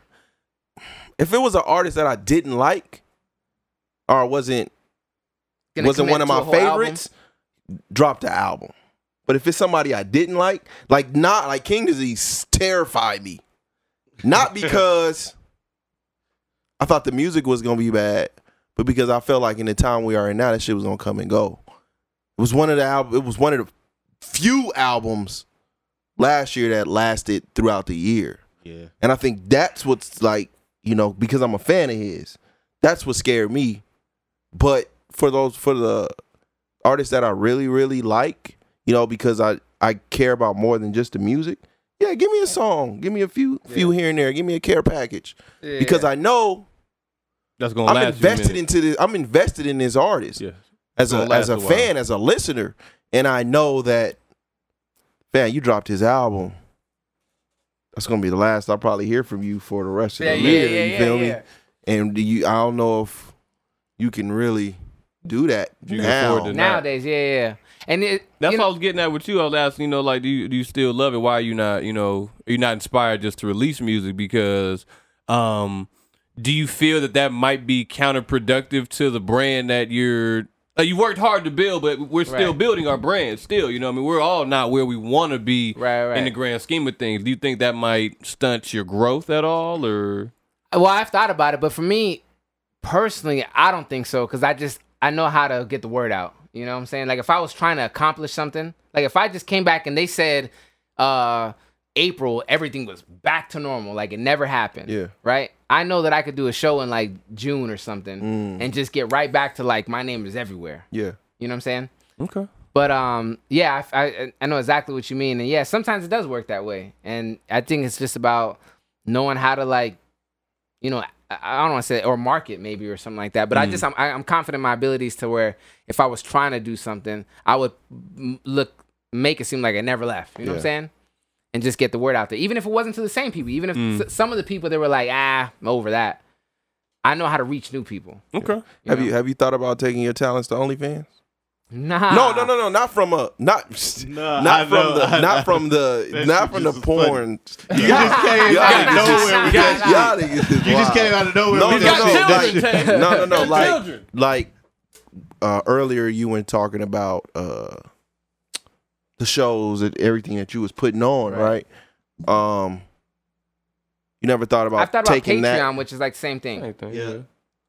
if it was an artist that I didn't like or wasn't Gonna wasn't commit one of to a my whole album? favorites, drop the album. But if it's somebody I didn't like, like not like King Disease terrified me. Not because I thought the music was gonna be bad, but because I felt like in the time we are in now, that shit was gonna come and go. It was one of the album. It was one of the few albums last year that lasted throughout the year. Yeah. And I think that's what's like, you know, because I'm a fan of his. That's what scared me. But for those for the artists that I really really like, you know, because I I care about more than just the music. Yeah, give me a song, give me a few few here and there, give me a care package because I know That's gonna I'm last invested you into this. I'm invested in this artist Yeah. as a Gonna as last a, a while. fan, as a listener, and I know that man, you dropped his album. That's gonna be the last I'll probably hear from you for the rest of Yeah, the yeah, year. yeah, you yeah, feel me? yeah. And do you, I don't know if you can really do that You can now. afford to not- Nowadays, yeah, yeah. And it, That's you what I know, was getting at with you. I was asking, you know, like, do you, do you still love it? Why are you not, you know, are you not inspired just to release music? Because, um, do you feel that that might be counterproductive to the brand that you're? Uh, you worked hard to build, but we're still Right. building our brand. Still, you know, what I mean, we're all not where we want to be Right, right. in the grand scheme of things. Do you think that might stunt your growth at all, or well, I've thought about it, but for me personally, I don't think so because I just I know how to get the word out. You know what I'm saying? Like if I was trying to accomplish something, like if I just came back and they said, uh, April, everything was back to normal, like it never happened. Yeah. Right? I know that I could do a show in like June or something and just get right back to like my name is everywhere. Mm. Yeah, You know what I'm saying? okay, But um, yeah, I, I I know exactly what you mean, and yeah, sometimes it does work that way, and I think it's just about knowing how to like, you know, I, I don't want to say or market maybe or something like that. Mm. But I just I'm I, I'm confident in my abilities to where if I was trying to do something, I would m- look make it seem like I never left. You know what Yeah. I'm saying? And just get the word out there, even if it wasn't to the same people, even if Mm. s- some of the people that were like, ah, I'm over that. I know how to reach new people. okay, have Yeah. Ah. you have you thought about taking your talents to OnlyFans? Nah. No, no, no, no, not from a not No, not I from know, the not I know. from the That not shit from the just was funny. porn. You just came out of nowhere. with Nah, nah, nah, nah, that nah. shit. Y'all niggas is You just wild. came out of nowhere. No, with no, that no, shit. like- children, Tay. no, no, no. Got Like, children. like uh, earlier, you were talking about uh, the shows and everything that you was putting on, right? Right. Um, you never thought about I've thought about taking Patreon, that. which is like same thing, Same thing, Yeah.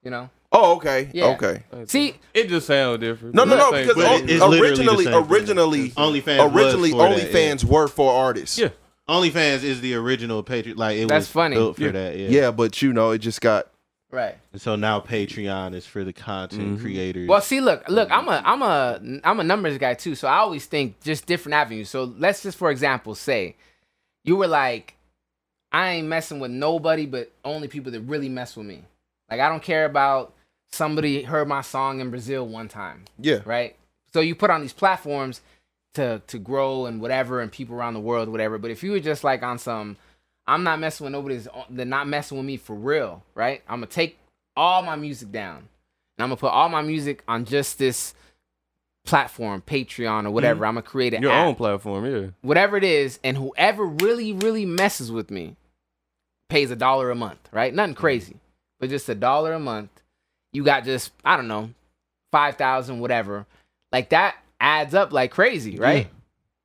you know. Oh, okay, Yeah. okay. yeah. See, it just sounds different. No, no, no. Same Because But thing. it- it's o- literally the originally, same thing. originally, OnlyFans was originally, for that, yeah. OnlyFans were for artists. Yeah. OnlyFans is the original Patreon. Like it That's was funny. built for Yeah. that. Yeah. yeah, but you know, it just got Right. And so now Patreon is for the Mm-hmm. content creators. Well, see, look, look, I'm a, I'm a, I'm a numbers guy too. So I always think just different avenues. So let's just, for example, say you were like, I ain't messing with nobody, but only people that really mess with me. Like I don't care about somebody heard my song in Brazil one time, yeah, right? So you put on these platforms to to grow and whatever, and people around the world, whatever. But if you were just like on some, I'm not messing with nobody's, they're not messing with me for real, right? I'm gonna take all my music down, and I'm gonna put all my music on just this platform, Patreon or whatever. I'm gonna create an Mm-hmm. your app, own platform, yeah. whatever it is, and whoever really, really messes with me pays a dollar a month, right? Mm-hmm. Nothing crazy, but just a dollar a month. You got just, I don't know, 5,000, whatever. Like that adds up like crazy, right?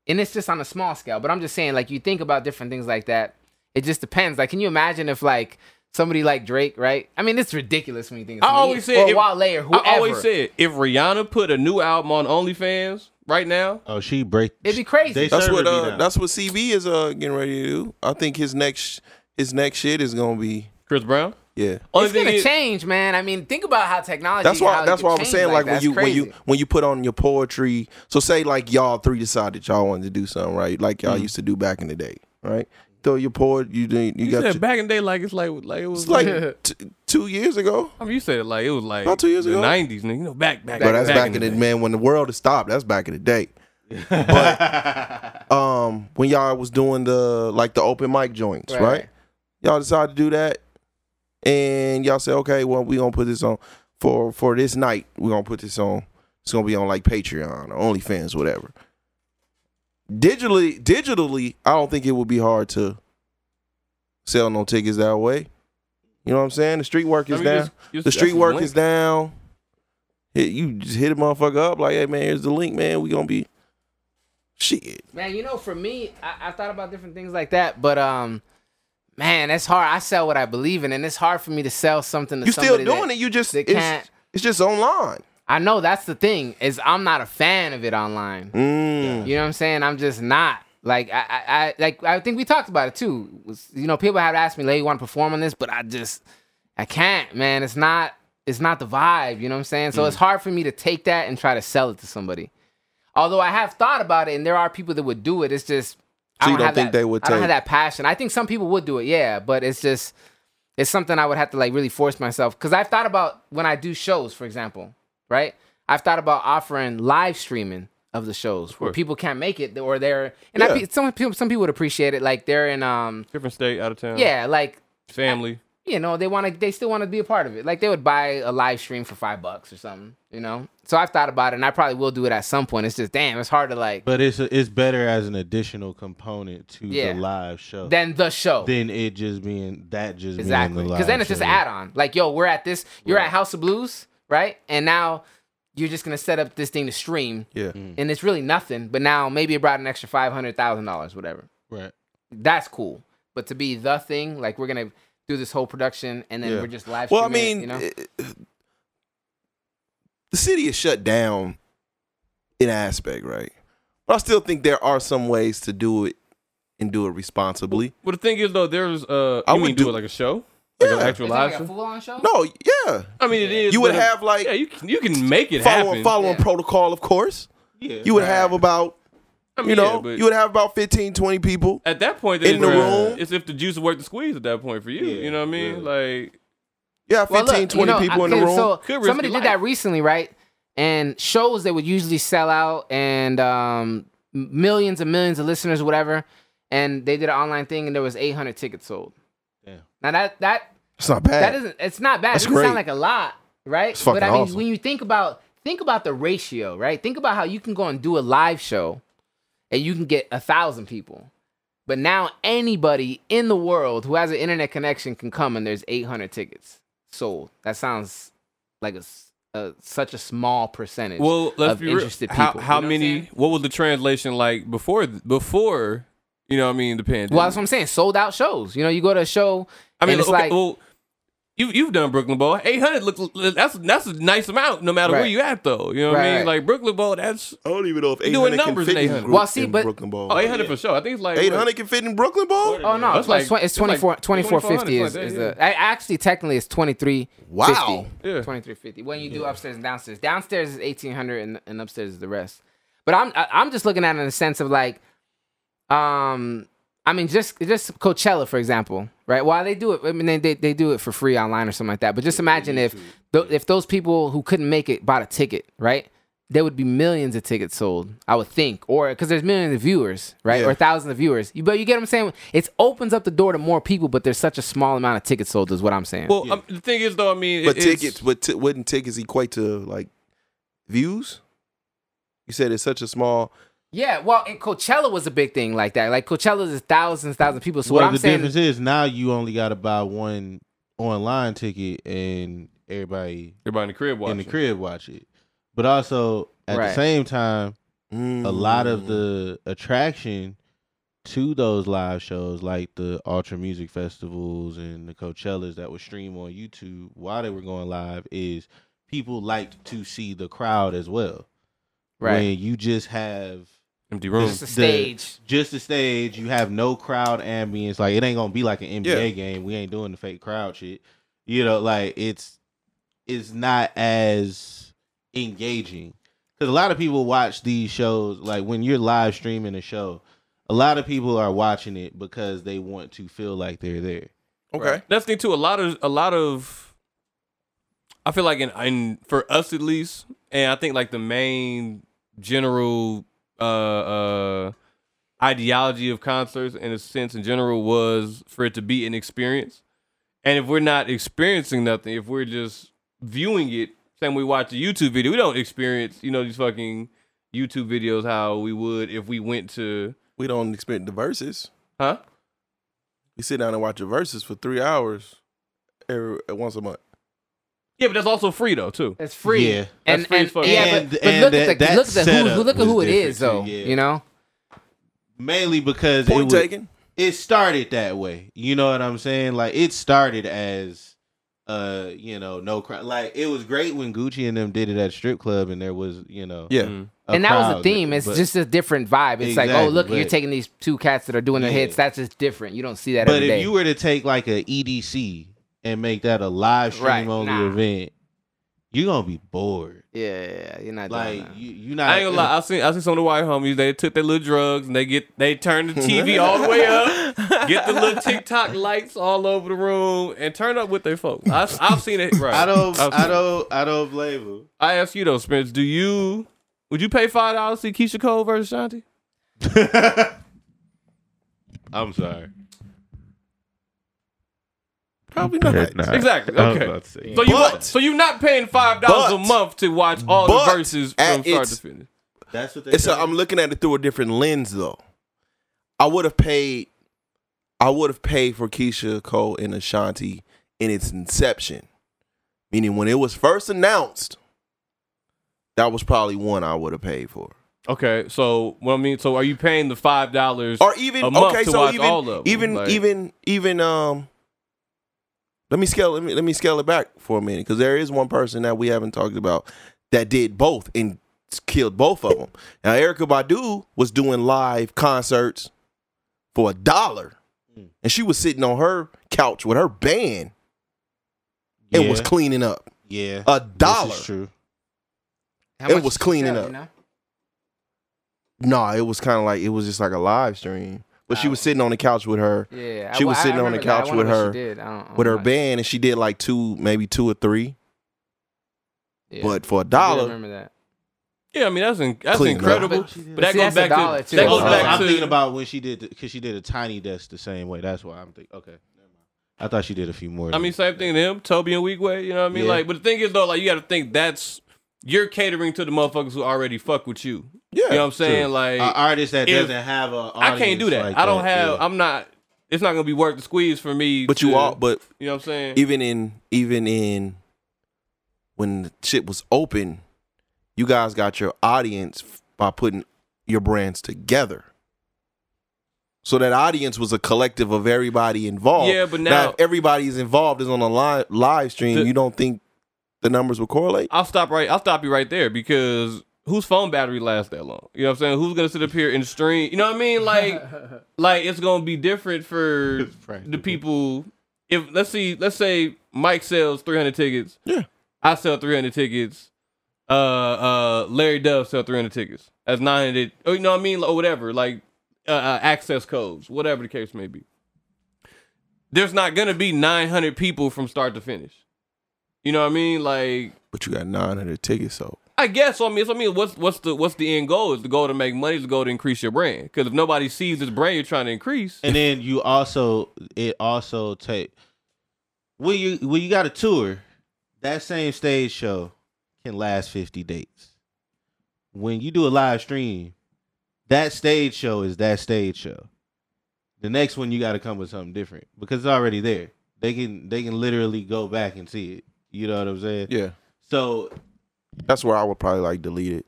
And it's just on a small scale. But I'm just saying, like, you think about different things like that. It just depends. Like, can you imagine if, like, somebody like Drake, right? I mean, it's ridiculous when you think of I somebody- always said or if- Wale or whoever. I always said if Rihanna put a new album on OnlyFans right now, oh, she break. It'd be crazy. They that's what server be uh, down. that's what CB is uh getting ready to do. I think his next his next shit is gonna be Chris Brown. yeah. it's gonna change, man. I mean, think about how technology. That's how why. it That's could why I was change saying, like, that. when It's you when you crazy. when you put on your poetry. So say like y'all three decided y'all wanted to do something, right? Like y'all used to do back in the day, right? So your poet, you did you, You got said your, back in the day, like it's like like it was it's like. like t- two years ago. I mean, you said like it was like About two years the ago. nineties, nigga. You know, back back. But that's back, in the man when the world is stopped. That's back in the day. But um, when y'all was doing the like the open mic joints, right? Right. Y'all decided to do that, and y'all say, okay, well, we gonna put this on for for this night. We are gonna put this on. It's gonna be on like Patreon or OnlyFans, whatever. Digitally, digitally, I don't think it would be hard to sell no tickets that way. You know what I'm saying? The street work is Let me down. just- just- The street that's a work link. is down. Hit, you just hit a motherfucker up like, hey man, here's the link, man. We gonna be shit. Man, you know, for me, I, I thought about different things like that, but um, man, it's hard. I sell what I believe in, and it's hard for me to sell something to You still somebody doing that- it? You just they it's, can't- it's just online. I know that's the thing is I'm not a fan of it online. Mm. You know what I'm saying? I'm just not. Like I, I, I like I think we talked about it too. Was, you know, people have asked me, "Like, you want to perform on this?" But I just, I can't, man. It's not, it's not the vibe. You know what I'm saying? Mm. So it's hard for me to take that and try to sell it to somebody. Although I have thought about it, and there are people that would do it. It's just, I So you don't have think that- they would I don't take- have that passion. I think some people would do it, yeah, but it's just, it's something I would have to like really force myself. Because I've thought about when I do shows, for example, right? I've thought about offering live streaming of the shows where people can't make it, or they're and I, Yeah. pe- some people some people would appreciate it, like they're in um Different state, out of town. yeah, like Family. you know they want to they still want to be a part of it. Like they would buy a live stream for five bucks or something, you know. So I've thought about it, and I probably will do it at some point. It's just damn, it's hard to like But it's it's better as an additional component to Yeah. the live show than the show. than it just being that just Exactly. being the live. Because then it's just show. an add-on. Like, yo, we're at this. You're at House of Blues, right? And now you're just gonna set up this thing to stream, Yeah. and it's really nothing. But now maybe it brought an extra five hundred thousand dollars, whatever. Right. That's cool. But to be the thing, like we're gonna do this whole production, and then Yeah. we're just live. Well, I streaming it, mean, it- the city is shut down in aspect, right? But I still think there are some ways to do it and do it responsibly. Well, the thing is though, there's uh, I you would mean do, do- it like a show, like an Yeah. actual you know, live is that like a show. full-on show? No, yeah, I mean, it is. you would but, uh, have like yeah, you can you can make it following happen. following Yeah. protocol, of course. Yeah. You would Right. have about I mean, you know yeah, but you would have about 15, 20 people. at that point in the it's- room. It's if the juice worked the squeeze at that point for you. Yeah, you know what I mean? Like Yeah, 15, Well, look, 20 you know, people in the okay, room. So Could risk somebody did your that life. recently, right? And shows that would usually sell out and um, m- millions and millions of listeners, whatever. And they did an online thing, and there was 800 tickets sold. Yeah. Now that that it's not bad. that isn't it's not bad. That's it doesn't sound great. like a lot, right? It's but fucking I mean, awesome. when you think about think about the ratio, right? Think about how you can go and do a live show, and you can get a thousand people. But now anybody in the world who has an internet connection can come, and there's 800 tickets sold. That sounds like a, s- a- such a small percentage. Well, let's of be real. interested How, people. how You know what I'm many? saying? What, was the translation like before? Before you know, what I mean, the pandemic. well, that's what I'm saying. Sold out shows. You know, you go to a show. I mean, and it's okay, like, well, you you've done Brooklyn Bowl. Eight hundred looks that's that's a nice amount, no matter where Right. you at, though. You know what I Right, mean? right. Like Brooklyn Bowl, that's I don't even know if doing 800 can numbers fit in in 800. Gro- Well, see, in but- Brooklyn Bowl. oh, eight hundred for sure. I think it's like what? 800 can fit in Brooklyn Bowl? Oh no, That's it's like, like- twen- it's it's like 24 2450 is, 24, is yeah. the I, actually technically it's 23 Wow. Yeah. 2350 when you do upstairs and downstairs. Downstairs is 1800 and, and upstairs is the rest. But I'm I, I'm just looking at it in the sense of like um I mean just just Coachella for example, right? While they do it I mean they they, they do it for free online or something like that. But just imagine if tho- if those people who couldn't make it bought a ticket, right? There would be millions of tickets sold, I would think, or because there's millions of viewers, right, Yeah. or thousands of viewers. You, but you get what I'm saying. It opens up the door to more people, but there's such a small amount of tickets sold, is what I'm saying. Well, um, the thing is, though, I mean, But it- it's- tickets, but t- wouldn't tickets equate to like views? You said it's such a small. Yeah, well, and Coachella was a big thing like that. Like Coachella is thousands, thousands of people. So well, what I'm the saying, difference is now you only got to buy one online tiquiet and everybody everybody in the crib watching. in the crib watch it. But also at Right. the same time, a lot of Mm. the attraction to those live shows, like the Ultra Music Festivals and the Coachellas that would stream on YouTube while they were going live, is people liked to see the crowd as well. right? When you just have empty the- room. Just a stage. just the stage, you have no crowd ambience. Like it ain't gonna be like an NBA Yeah. game. We ain't doing the fake crowd shit. You know, like it's it's not as engaging because a lot of people watch these shows. Like when you're live streaming a show, a lot of people are watching it because they want to feel like they're there. Okay. That's the thing too. A lot of a lot of I feel like in, in for us at least, and I think like the main general uh uh ideology of concerts in a sense in general was for it to be an experience. And if we're not experiencing nothing, if we're just viewing it, saying we watch a YouTube video, we don't experience, you know, these fucking YouTube videos how we would if we went to We don't experience the verses. huh? We sit down and watch the verses for three hours every once a month. Yeah, but that's also free though too. It's free. Yeah. and, That's free and- as fuck. yeah, And- but, but and look that- at the that look at the who- who setup look at who was it is though. different too, yeah. You know, Mainly because it, Point was, taken. it started that way. You know what I'm saying? Like it started as uh, you know, no crowd. Like it was great when Gucci and them did it at strip club, and there was, you know, Yeah. a and that was crowd, a theme. It's but- just a different vibe. It's like, oh, Exactly, look, you're but- taking these two cats that are doing their Yeah. hits. That's just different. You don't see that But every if day. you were to take like a EDC and make that a live stream Right, only nah. event, you're gonna be bored. yeah, yeah, yeah, you're not doing Like that. you, you not. I ain't gonna lie. I seen I seen some of the white homies. They took their little drugs and they get they turned the TV all the way up, get the little TikTok lights all over the room, and turn up with their folks. I, I've seen it. Right. I don't. I've seen I it. don't. I don't blame him. I ask you though, Spence. Do you would you pay five dollars to see Keisha Cole versus Shanti? I'm sorry. Probably not. Exactly. I was Okay. about to say. So you But- so you're not paying five dollars a But- month to watch all but the verses from at start to its- finish. That's what they. It's a, I'm looking at it through a different lens though. I would have paid I would have paid for Keisha Cole and Ashanti in its inception. Meaning when it was first announced, that was probably one I would have paid for. Okay. So what I mean, so are you paying the five dollars? Or even A month okay, to so watch even all of 'em, even like- even even um let me scale let me let me scale it back for a minute cuz there is one person that we haven't talked about that did both and killed both of them. Now Erica Badu was doing live concerts for a dollar. Mm. And she was sitting on her couch with her band and was cleaning up. yeah A dollar. true. How it much was did she cleaning sell, up. you know? No, it was kind of like it was just like a live stream. But she Oh. was sitting on the couch with her Yeah, She was sitting on the remember that. I couch wonder with what her- she did. I don't- I don't with her Oh know. band and she did like two, maybe two or three. Yeah. I do But for a dollar, Remember that? Yeah, I mean that's in, that's Clean it up. incredible. But- But, but that see, goes that's back a dollar, to too. that Oh, goes Oh, back I'm to thinking about when she did because she did a tiny desk the same way. That's why I'm thinking. Okay, never mind. I thought she did a few more. I mean, than- same thing to him, Toby and Weekway. You know what I mean? Yeah. Like, but the thing is though, like you got to think that's you're catering to the motherfuckers who already fuck with you. yeah, you know what I'm saying? Like, An artist that if- doesn't have a. I can't do that. I don't have. I'm not. It's not gonna be worth the squeeze for me. But you to- all, but you know what I'm saying? even in even in when the shit was open, you guys got your audience f- by putting your brands together. So that audience was a collective of everybody involved. Yeah, but now- if everybody's involved is on a live live stream. The- you don't think the numbers would correlate? I'll stop right. I'll stop you right there because whose phone battery lasts that long? You know what I'm saying? Who's gonna sit up here and stream? You know what I mean? Like, like it's gonna be different for the people. If let's see, let's say Mike sells 300 tickets. Yeah. I sell 300 tickets. Uh, uh, Larry Dove sell 300 tickets. That's 900. Or you know what I mean? Or whatever. Like, uh, uh, access codes, whatever the case may be. There's not gonna be 900 people from start to finish. You know what I mean? Like. But you got nine hundred tickets sold. I guess. So I mean, so I mean, what's what's the what's the end goal? Is the goal to make money? Is the goal to increase your brand? Because if nobody sees this brand you're trying to increase, And then you also it also take when you when you got a tour, that same stage show can last fifty dates. When you do a live stream, that stage show is that stage show. The next one you got to come with something different because it's already there. They can they can literally go back and see it. You know what I'm saying? Yeah, So that's where I would probably like delete it.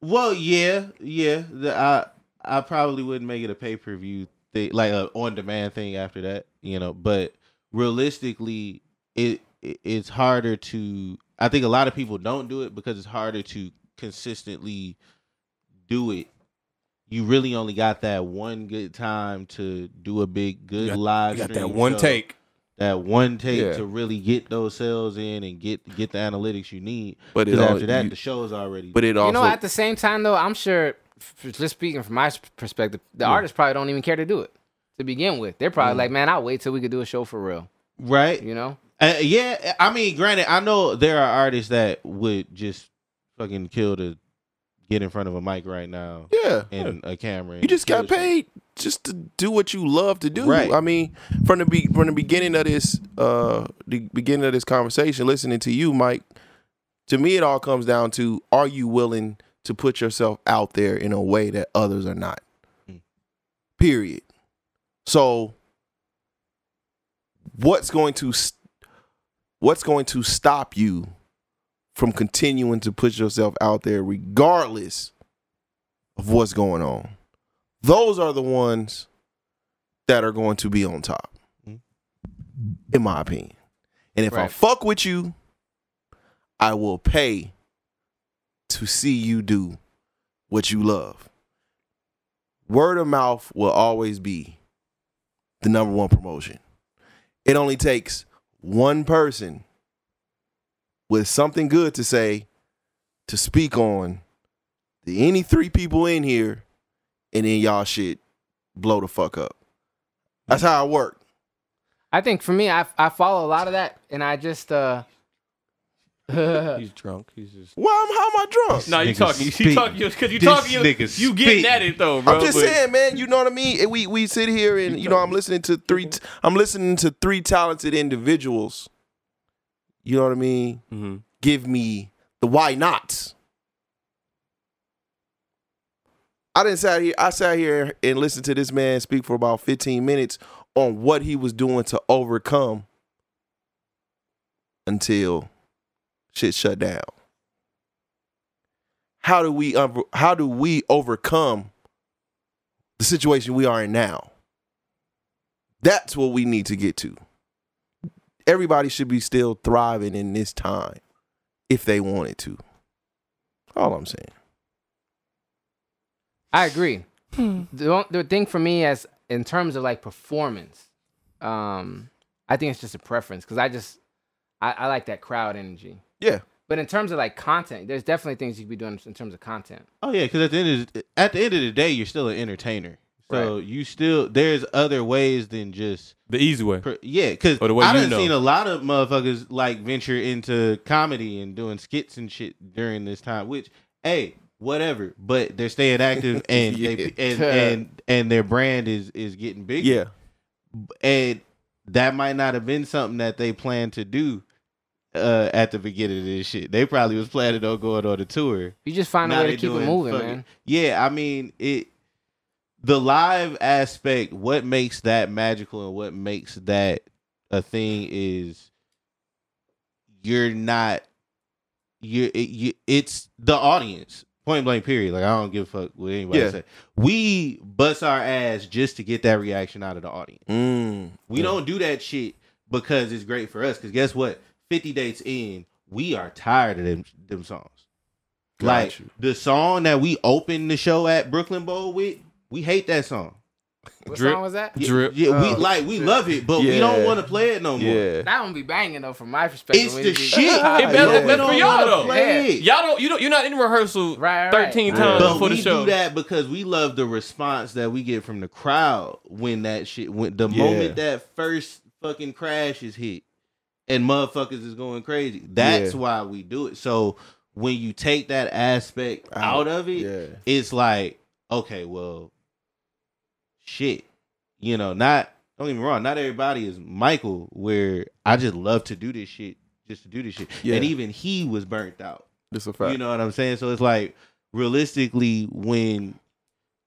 Well, yeah, yeah. The, I I probably wouldn't make it a pay per view thing, like a on demand thing after that, you know. But realistically, it, it it's harder to. I think a lot of people don't do it because it's harder to consistently do it. You really only got that one good time to do a big good live. stream show That one take Yeah. to really get those sales in and get get the analytics you need. But it Because all, after that, you- the show is already. but it also you know, at the same time though, I'm sure, f- just speaking from my s- perspective, the artists probably don't even care to do it to begin with. They're Mm. probably like, man, I'll wait till we could do a show for real. right. You know? Uh, yeah, I mean, granted, I know there are artists that would just fucking kill to get in front of a mic right now yeah, and a camera. You just got and kill shit. paid just to do what you love to do. Right. I mean, from the be- from the beginning of this uh the beginning of this conversation, listening to you, Mike, to me it all comes down to are you willing to put yourself out there in a way that others are not? Mm. Period. So what's going to st- what's going to stop you from continuing to put yourself out there regardless of what's going on? those are the ones that are going to be on top, Mhm. in my opinion. And if I Right. fuck with you, I will pay to see you do what you love. Word of mouth will always be the number one promotion. It only takes one person with something good to say to speak on the any three people in here and then y'all shit blow the fuck up. That's how I work. I think for me, I I follow a lot of that, and I just uh, I He's drunk. He's just. Why am how am I drunk? No, you nigga talking. You spitting. talking because you This talking. You, nigga you getting spitting. at it though, bro. I'm just but- saying, man. You know what I mean? And We we sit here and you know I'm listening to three. T- I'm listening to three talented individuals. You know what I mean? Mhm. Give me the why nots. I didn't sat here. I sat here and listened to this man speak for about 15 minutes on what he was doing to overcome until shit shut down. How do we over- how do we overcome the situation we are in now? That's what we need to get to. Everybody should be still thriving in this time if they wanted to. All I'm saying. agree. the on- the thing for me as in terms of like performance, um, I think it's just a preference because I just I, I like that crowd energy. Yeah. But in terms of like content, there's definitely things you could be doing in terms of content. Oh yeah, because at the end of the, at the end of the day, you're still an entertainer. So you still there's other ways than just The easy way. per, yeah. Because Or the way I you done know. seen a lot of motherfuckers like venture into comedy and doing skits and shit during this time. Which hey, whatever. But they're staying active and they, and and and their brand is is getting bigger. Yeah. and that might not have been something that they planned to do uh, at the beginning of this shit. They probably was planning on going on a tour. You just find Now a they way to keep it doing moving, fucking- man. Yeah, I mean it. The live aspect, what makes that magical and what makes that a thing is you're not you it, you it's the audience point blank period. Like I don't give a fuck what anybody Yeah. say. We bust our ass just to get that reaction out of the audience. Mm. We don't do that shit because it's great for us. Because guess what? Fifty dates in, we are tired of them them songs. Got like you. the song that we opened the show at Brooklyn Bowl with, we hate that song. What Drip. song was that? Yeah, Drip. Yeah, we Oh, like we love it, but we Yeah. don't want to play it no more. Yeah. That one be banging though, from my perspective. It's When the you be- shit. It better- it but we better for don't y'all, wanna though. play it. Y'all don't. You don't. You're not in rehearsal Right, right, right. thirteen Yeah. times But before we the show. do that because we love the response that we get from the crowd when that shit when the Yeah. moment that first fucking crash is hit and motherfuckers is going crazy. That's Yeah. why we do it. So when you take that aspect out, Out. of it, Yeah. it's like, okay, well, shit. You know, not don't get me wrong, not everybody is Michael where I just love to do this shit just to do this shit. Yeah. And even he was burnt out. This a You know what I'm saying? So it's like realistically, when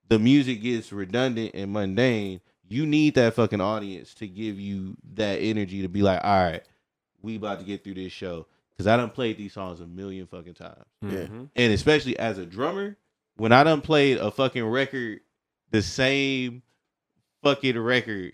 the music gets redundant and mundane, you need that fucking audience to give you that energy to be like, all right, we about to get through this show. Cause I done played these songs a million fucking times. Mhm. And especially as a drummer, when I done played a fucking record, the same fucking record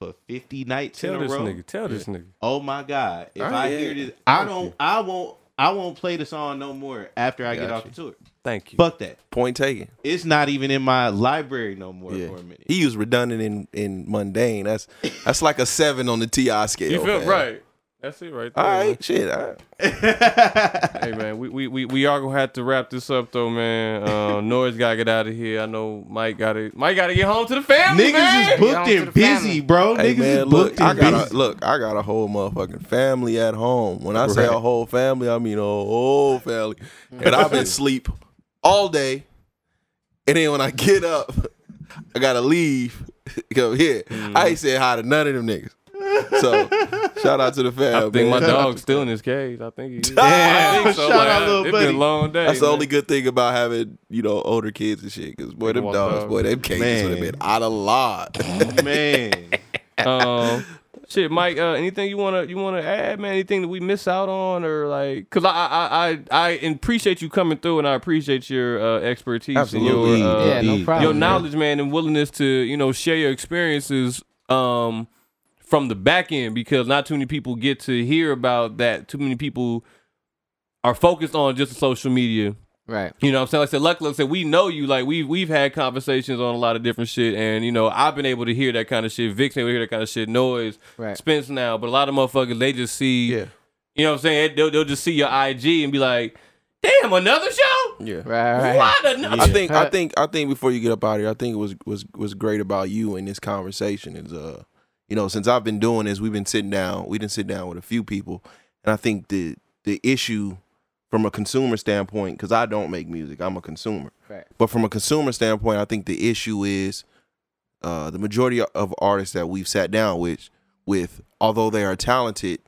for 50 nights Tell in a this row. nigga. Tell this nigga. Oh my god! If Oh, I yeah. hear this, I Thank don't. you. I won't. I won't play the song no more after I get Got off you. the tour. Thank you. Fuck that. Point taken. It's not even in my library no more Yeah. for a minute. He was redundant and, and mundane. That's that's like a seven on the TI scale. you feel man. right. That's it right there. All man. right, shit. all right. hey man, we, we we we are gonna have to wrap this up though, man. Uh, Noise gotta get out of here. I know Mike gotta Mike gotta get home to the family. man. Niggas is Get on booked to and the busy, family. bro. Hey Niggas man, is booked look, I and got a, busy. look, I got a whole motherfucking family at home. When I say a Right. whole family, I mean a whole family. But I've been sleep all day, and then when I get up, I gotta leave. Come here. I Mm. ain't said hi to none of them niggas. So shout out to the fam. I think my man. dog's still in his cage. I think he. Yeah. I think so, Shout man. out, little It's buddy. been a long day. That's the man. only good thing about having you know older kids and shit. Because boy, them walk dogs, dogs. boy, them cages Man. would have been out of line. Man, um, shit, Mike. Uh, anything you wanna you wanna add, man? Anything that we miss out on, or like, cause I I I I appreciate you coming through, and I appreciate your uh, expertise and Absolutely. your uh, Yeah, no Indeed. problem. your man. knowledge, man, and willingness to you know share your experiences um, from the back end because not too many people get to hear about that. Too many people are focused on just the social media. Right. You know what I'm saying? Like I said, luckily, like I said, we know you. Like, we've, we've had conversations on a lot of different shit. And, you know, I've been able to hear that kind of shit. Vic's able to hear that kind of shit. Noise. Right. Spence now. But a lot of motherfuckers, they just see, Yeah. you know what I'm saying? They'll, they'll just see your IG and be like, damn, another show? Yeah. Right. Right. Why the no- I think I Alright. think I think before you get up out of here, I think was was was great about you and this conversation is uh you know since I've been doing this, we've been sitting down, we didn't sit down with a few people, and I think the the issue from a consumer standpoint, because I don't make music, I'm a consumer, Right. but from a consumer standpoint, I think the issue is uh the majority of artists that we've sat down with with although they are talented,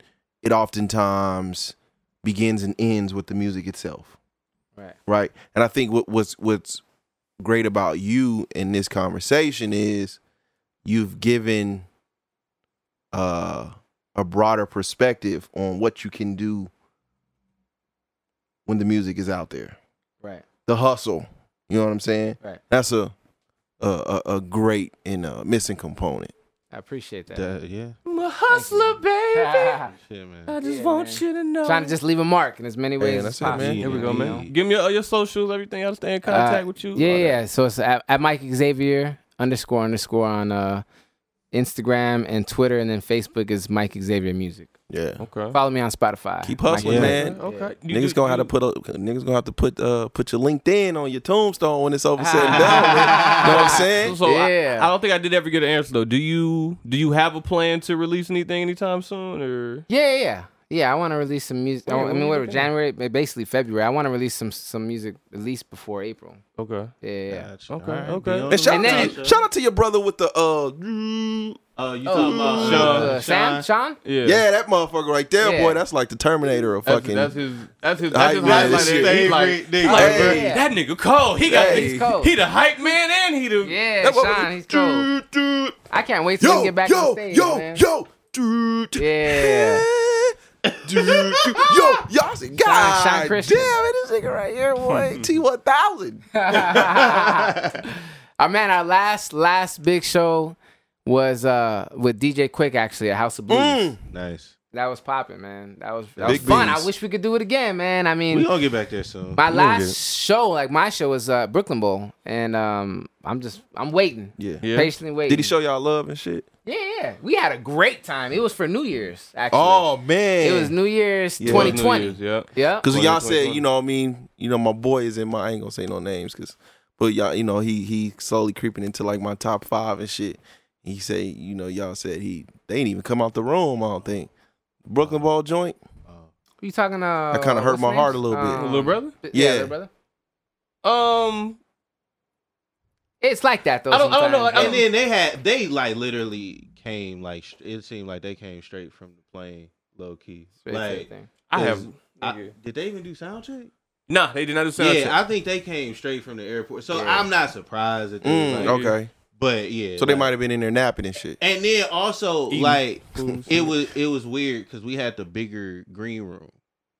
it oftentimes begins and ends with the music itself Right. right? And I think what, what's what's great about you in this conversation is you've given uh, a broader perspective on what you can do when the music is out there. Right. The hustle, you know what I'm saying? Right. That's a a, a, a great and uh missing component. I appreciate that. That- yeah. I'm a hustler, baby. Shit, man. I just Yeah, want man. you to know. Trying to just leave a mark in as many ways that's as it, man. possible. Here we go, Yeah. man. Give me your, uh, your socials, everything. I'll stay in contact Uh, with you. Yeah, yeah. So it's at, at Mike Xavier underscore underscore on uh, Instagram and Twitter, and then Facebook is Mike Xavier Music. Yeah. Okay. Follow me on Spotify. Keep Mike hustling, Xavier. man. Okay. You niggas just- gonna have to you- put a niggas gonna have to put uh put your LinkedIn on your tombstone when it's over said and done. man. Know what I'm saying? So I- Yeah. I, don't think I did ever get an answer though. Do you do you have a plan to release anything anytime soon or Yeah, yeah, yeah. Yeah, I want to release some music. I, Yeah, want- I when mean, you whatever, think? January, ba- basically February. I want to release some some music at least before April. okay? Yeah, yeah. yeah. Gotcha. Okay, All right, okay. be on And the shout, And out then- to you, shout out to your brother with the uh Oh, you talking about Sean. Uh, Sam, Sean. Yeah. yeah, that motherfucker right there, Yeah. boy. That's like the Terminator of That's, fucking. that's his. That's his. I- That's his yeah, highlight. that's his there. He's like, favorite he's nigga. like, Hey. "Bruh, That nigga cold. He got. Hey. He, He's cold. he the hype man and he the. Yeah, that motherfucker- Sean. He's cool. Doo, doo. I can't wait till Yo, we get back yo, on stage, yo, man. yo, doo, doo. Yeah. Doo, doo. Yo, y'all said, God Sean damn it, Christian. this nigga right here, boy, T1000. Our man, our last last big show was uh with DJ Quick actually at House of Blues. Mm. Nice. That was popping, man. That was that Big was fun. beans. I wish we could do it again, man. I mean, We gonna get back there soon. my We gonna get last show, like my show, was uh, Brooklyn Bowl, and um, I'm just I'm waiting, Yeah. Yeah. patiently waiting. Did he show y'all love and shit? Yeah, yeah. We had a great time. It was for New Year's actually. Oh man, it was New Year's Yeah. It was New 2020. Year's, Yeah. Yep. Because y'all 2021. said, you know, what I mean, you know, my boy is in my. I ain't gonna say no names, cause, but y'all, you know, he he slowly creeping into like my top five and shit. He say, you know, y'all said he they ain't even come out the room. I don't think Brooklyn ball joint. Oh. Who you talking uh, That kinda hurt what's my his heart name? a little bit. Um, Little brother. Yeah. little brother. Um. It's like that though. I don't- I don't know, sometimes. like, I And then they had they like literally came like sh- it seemed like they came straight from the plane, low key. Straight to the Like thing. I have. Cause I- Nigga. did they even do sound check? Nah, they did not do sound yeah, check. I think they came straight from the airport, so Yeah. I'm not surprised at Mm, this. like, okay, But yeah, so they like- might have been in there napping and shit. And then also Eating like food. it was it was weird because we had the bigger green room.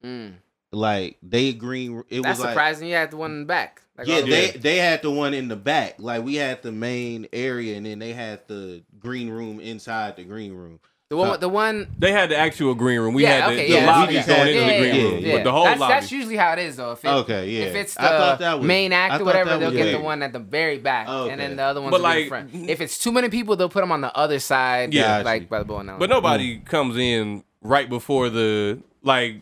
Mm. Like they green, it That's was like surprising. you had the one in the back. Like, yeah, all the oh, they way- they had the one in the back. Like we had the main area, and then they had the green room inside the green room. the one, the one They had the actual green room. We yeah, had the, okay, the yeah, lobby that's what going we into had. the green Yeah, room, yeah, but the whole that's, lobby. That's usually how it is, though. If it, Okay, yeah. If it's I thought the that was- main I act or thought whatever, that they'll was get big. the one at the very back, Okay. and then the other ones But will be like- in front. If it's too many people, they'll put them on the other side, Yeah. yeah, like by the bow and arrow. Uh, But nobody comes in right before the like.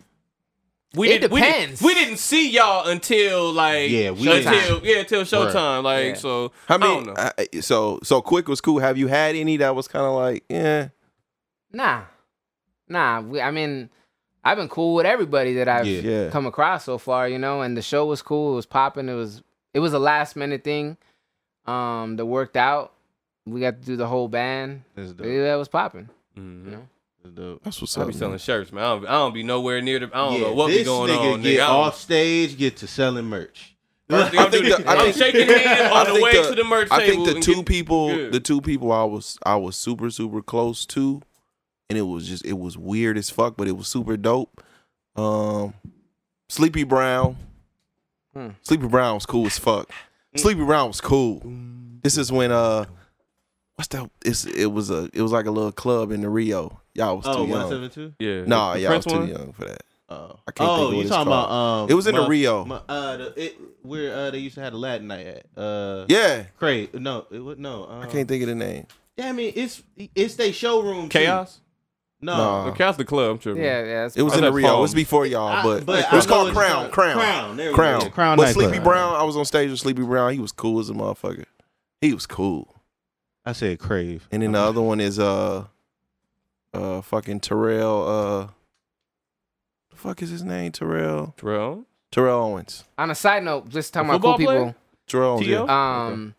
We It didn't, depends. We, didn't, we didn't see y'all until like Yeah, we until didn't. yeah until showtime. Like Yeah. so, How I many? don't know. I I- so so quick was cool. Have you had any that was kind of like, eh? yeah, nah, nah. We, I mean, I've been cool with everybody that I've Yeah. yeah, come across so far, you know. And the show was cool. It was popping. It was it was a last minute thing um, that worked out. We got to do the whole band. That's dope. Yeah, that was popping. Mhm. Mm-hmm. You know. That's dope. that's what's I up. be man. selling shirts, man. I don't, I don't be nowhere near the. I don't Yeah, know what be this going nigga on. Get nigga. I don't- off stage, get to selling merch. First thing I I think do, the- I I'm think- shaking hands I on the think way the- to the merch I think table. the and two get- people, good. the two people I was, I was super, super close to, and it was just, it was weird as fuck, but it was super dope. Um, Sleepy Brown, Hmm. Mm. Sleepy Brown was cool as fuck. Sleepy Brown was cool. This is when uh, what's that? It's it was a it was like a little club in the Rio. Y'all was Oh, too young. 172? Yeah. Nah, The y'all was Prince too one? young for that. Oh, I can't think of oh what you it's talking about? Um, It was in the my- Rio. my- uh, the, it, where uh, they used to have the Latin night at. Oh. Uh, yeah, Craig. No, it was no. Um, I can't think of the name. Yeah, I mean, it's it's they showroom. too. Chaos. No, Nah. Oh, Chaos the club. I'm tripping. Yeah, yeah. That's It was Oh, in the that Rio. It Palm. was before I- y'all, but, it I was know called it's Crown, called- Crown, Crown, there we Crown. go. Crown But nightclub. Sleepy Brown, I was on stage with Sleepy Brown. He was cool as a motherfucker. He was cool. I said crave. And then the other one is uh, uh, fucking Terrell. Uh, the fuck is his name? Terrell. Terrell. Terrell Owens. on a side note, just talking about Football cool player? people. Terrell Owens. T.O.? yeah. Um,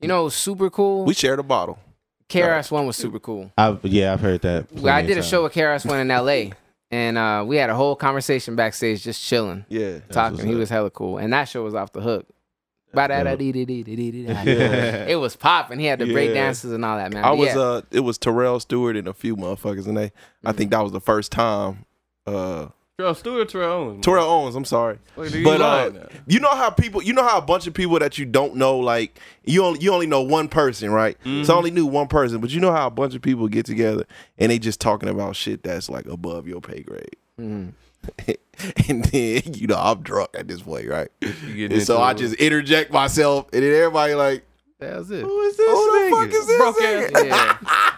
you know, super cool. We shared a bottle. KRS One was super cool. I yeah, I've heard that. Well, I did a show with KRS One in L.A. and uh, we had a whole conversation backstage, just chilling, Yeah. talking. what's He up. was hella cool, and that show was off the hook. Yeah. It was popping. He had the break Yeah. dances and all that, man. I But was yeah. uh it was Terrell Stewart and a few motherfuckers and they I think that was the first time uh Terrell Stewart. Terrell Owens. Terrell Owens, I'm sorry. Wait, dude, you But uh, lying now. you know how people you know how a bunch of people that you don't know like you only you only know one person, right? Mm-hmm. So I only knew one person, but you know how a bunch of people get together and they just talking about shit that's like above your pay grade. Mm-hmm. Mhm. and then you know I'm drunk at this point, right? get And so into I it. just interject myself and then everybody like that was it. who is this? Who the fuck is this? Oh, Broke nigga? ass- Yeah.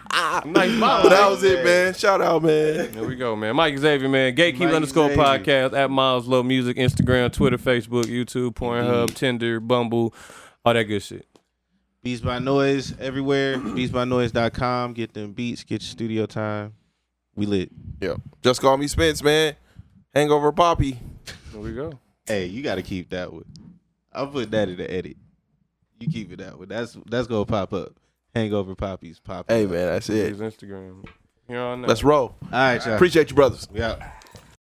Nice But model. that was it, man. Shout out, man. There we go, man. Mike Xavier, man. Gatekeep Mike underscore Xavier. podcast at Miles Low Music, Instagram, Twitter, Facebook, YouTube, Pornhub, Tinder, Bumble, all that good shit. Beats by Noise everywhere. BeatsbyNoise.com. Get them beats. Get your studio time. We lit. Yeah. Just call me Spence, man. Hangover Poppy. There we go. Hey, you got to keep that one. I'll put that in the edit. You keep it that one. That's that's gonna pop up. Hangover poppies pop. Hey, man, that's it. His Instagram. Here on out. Let's roll. All right, y'all. Appreciate you, brothers. we out.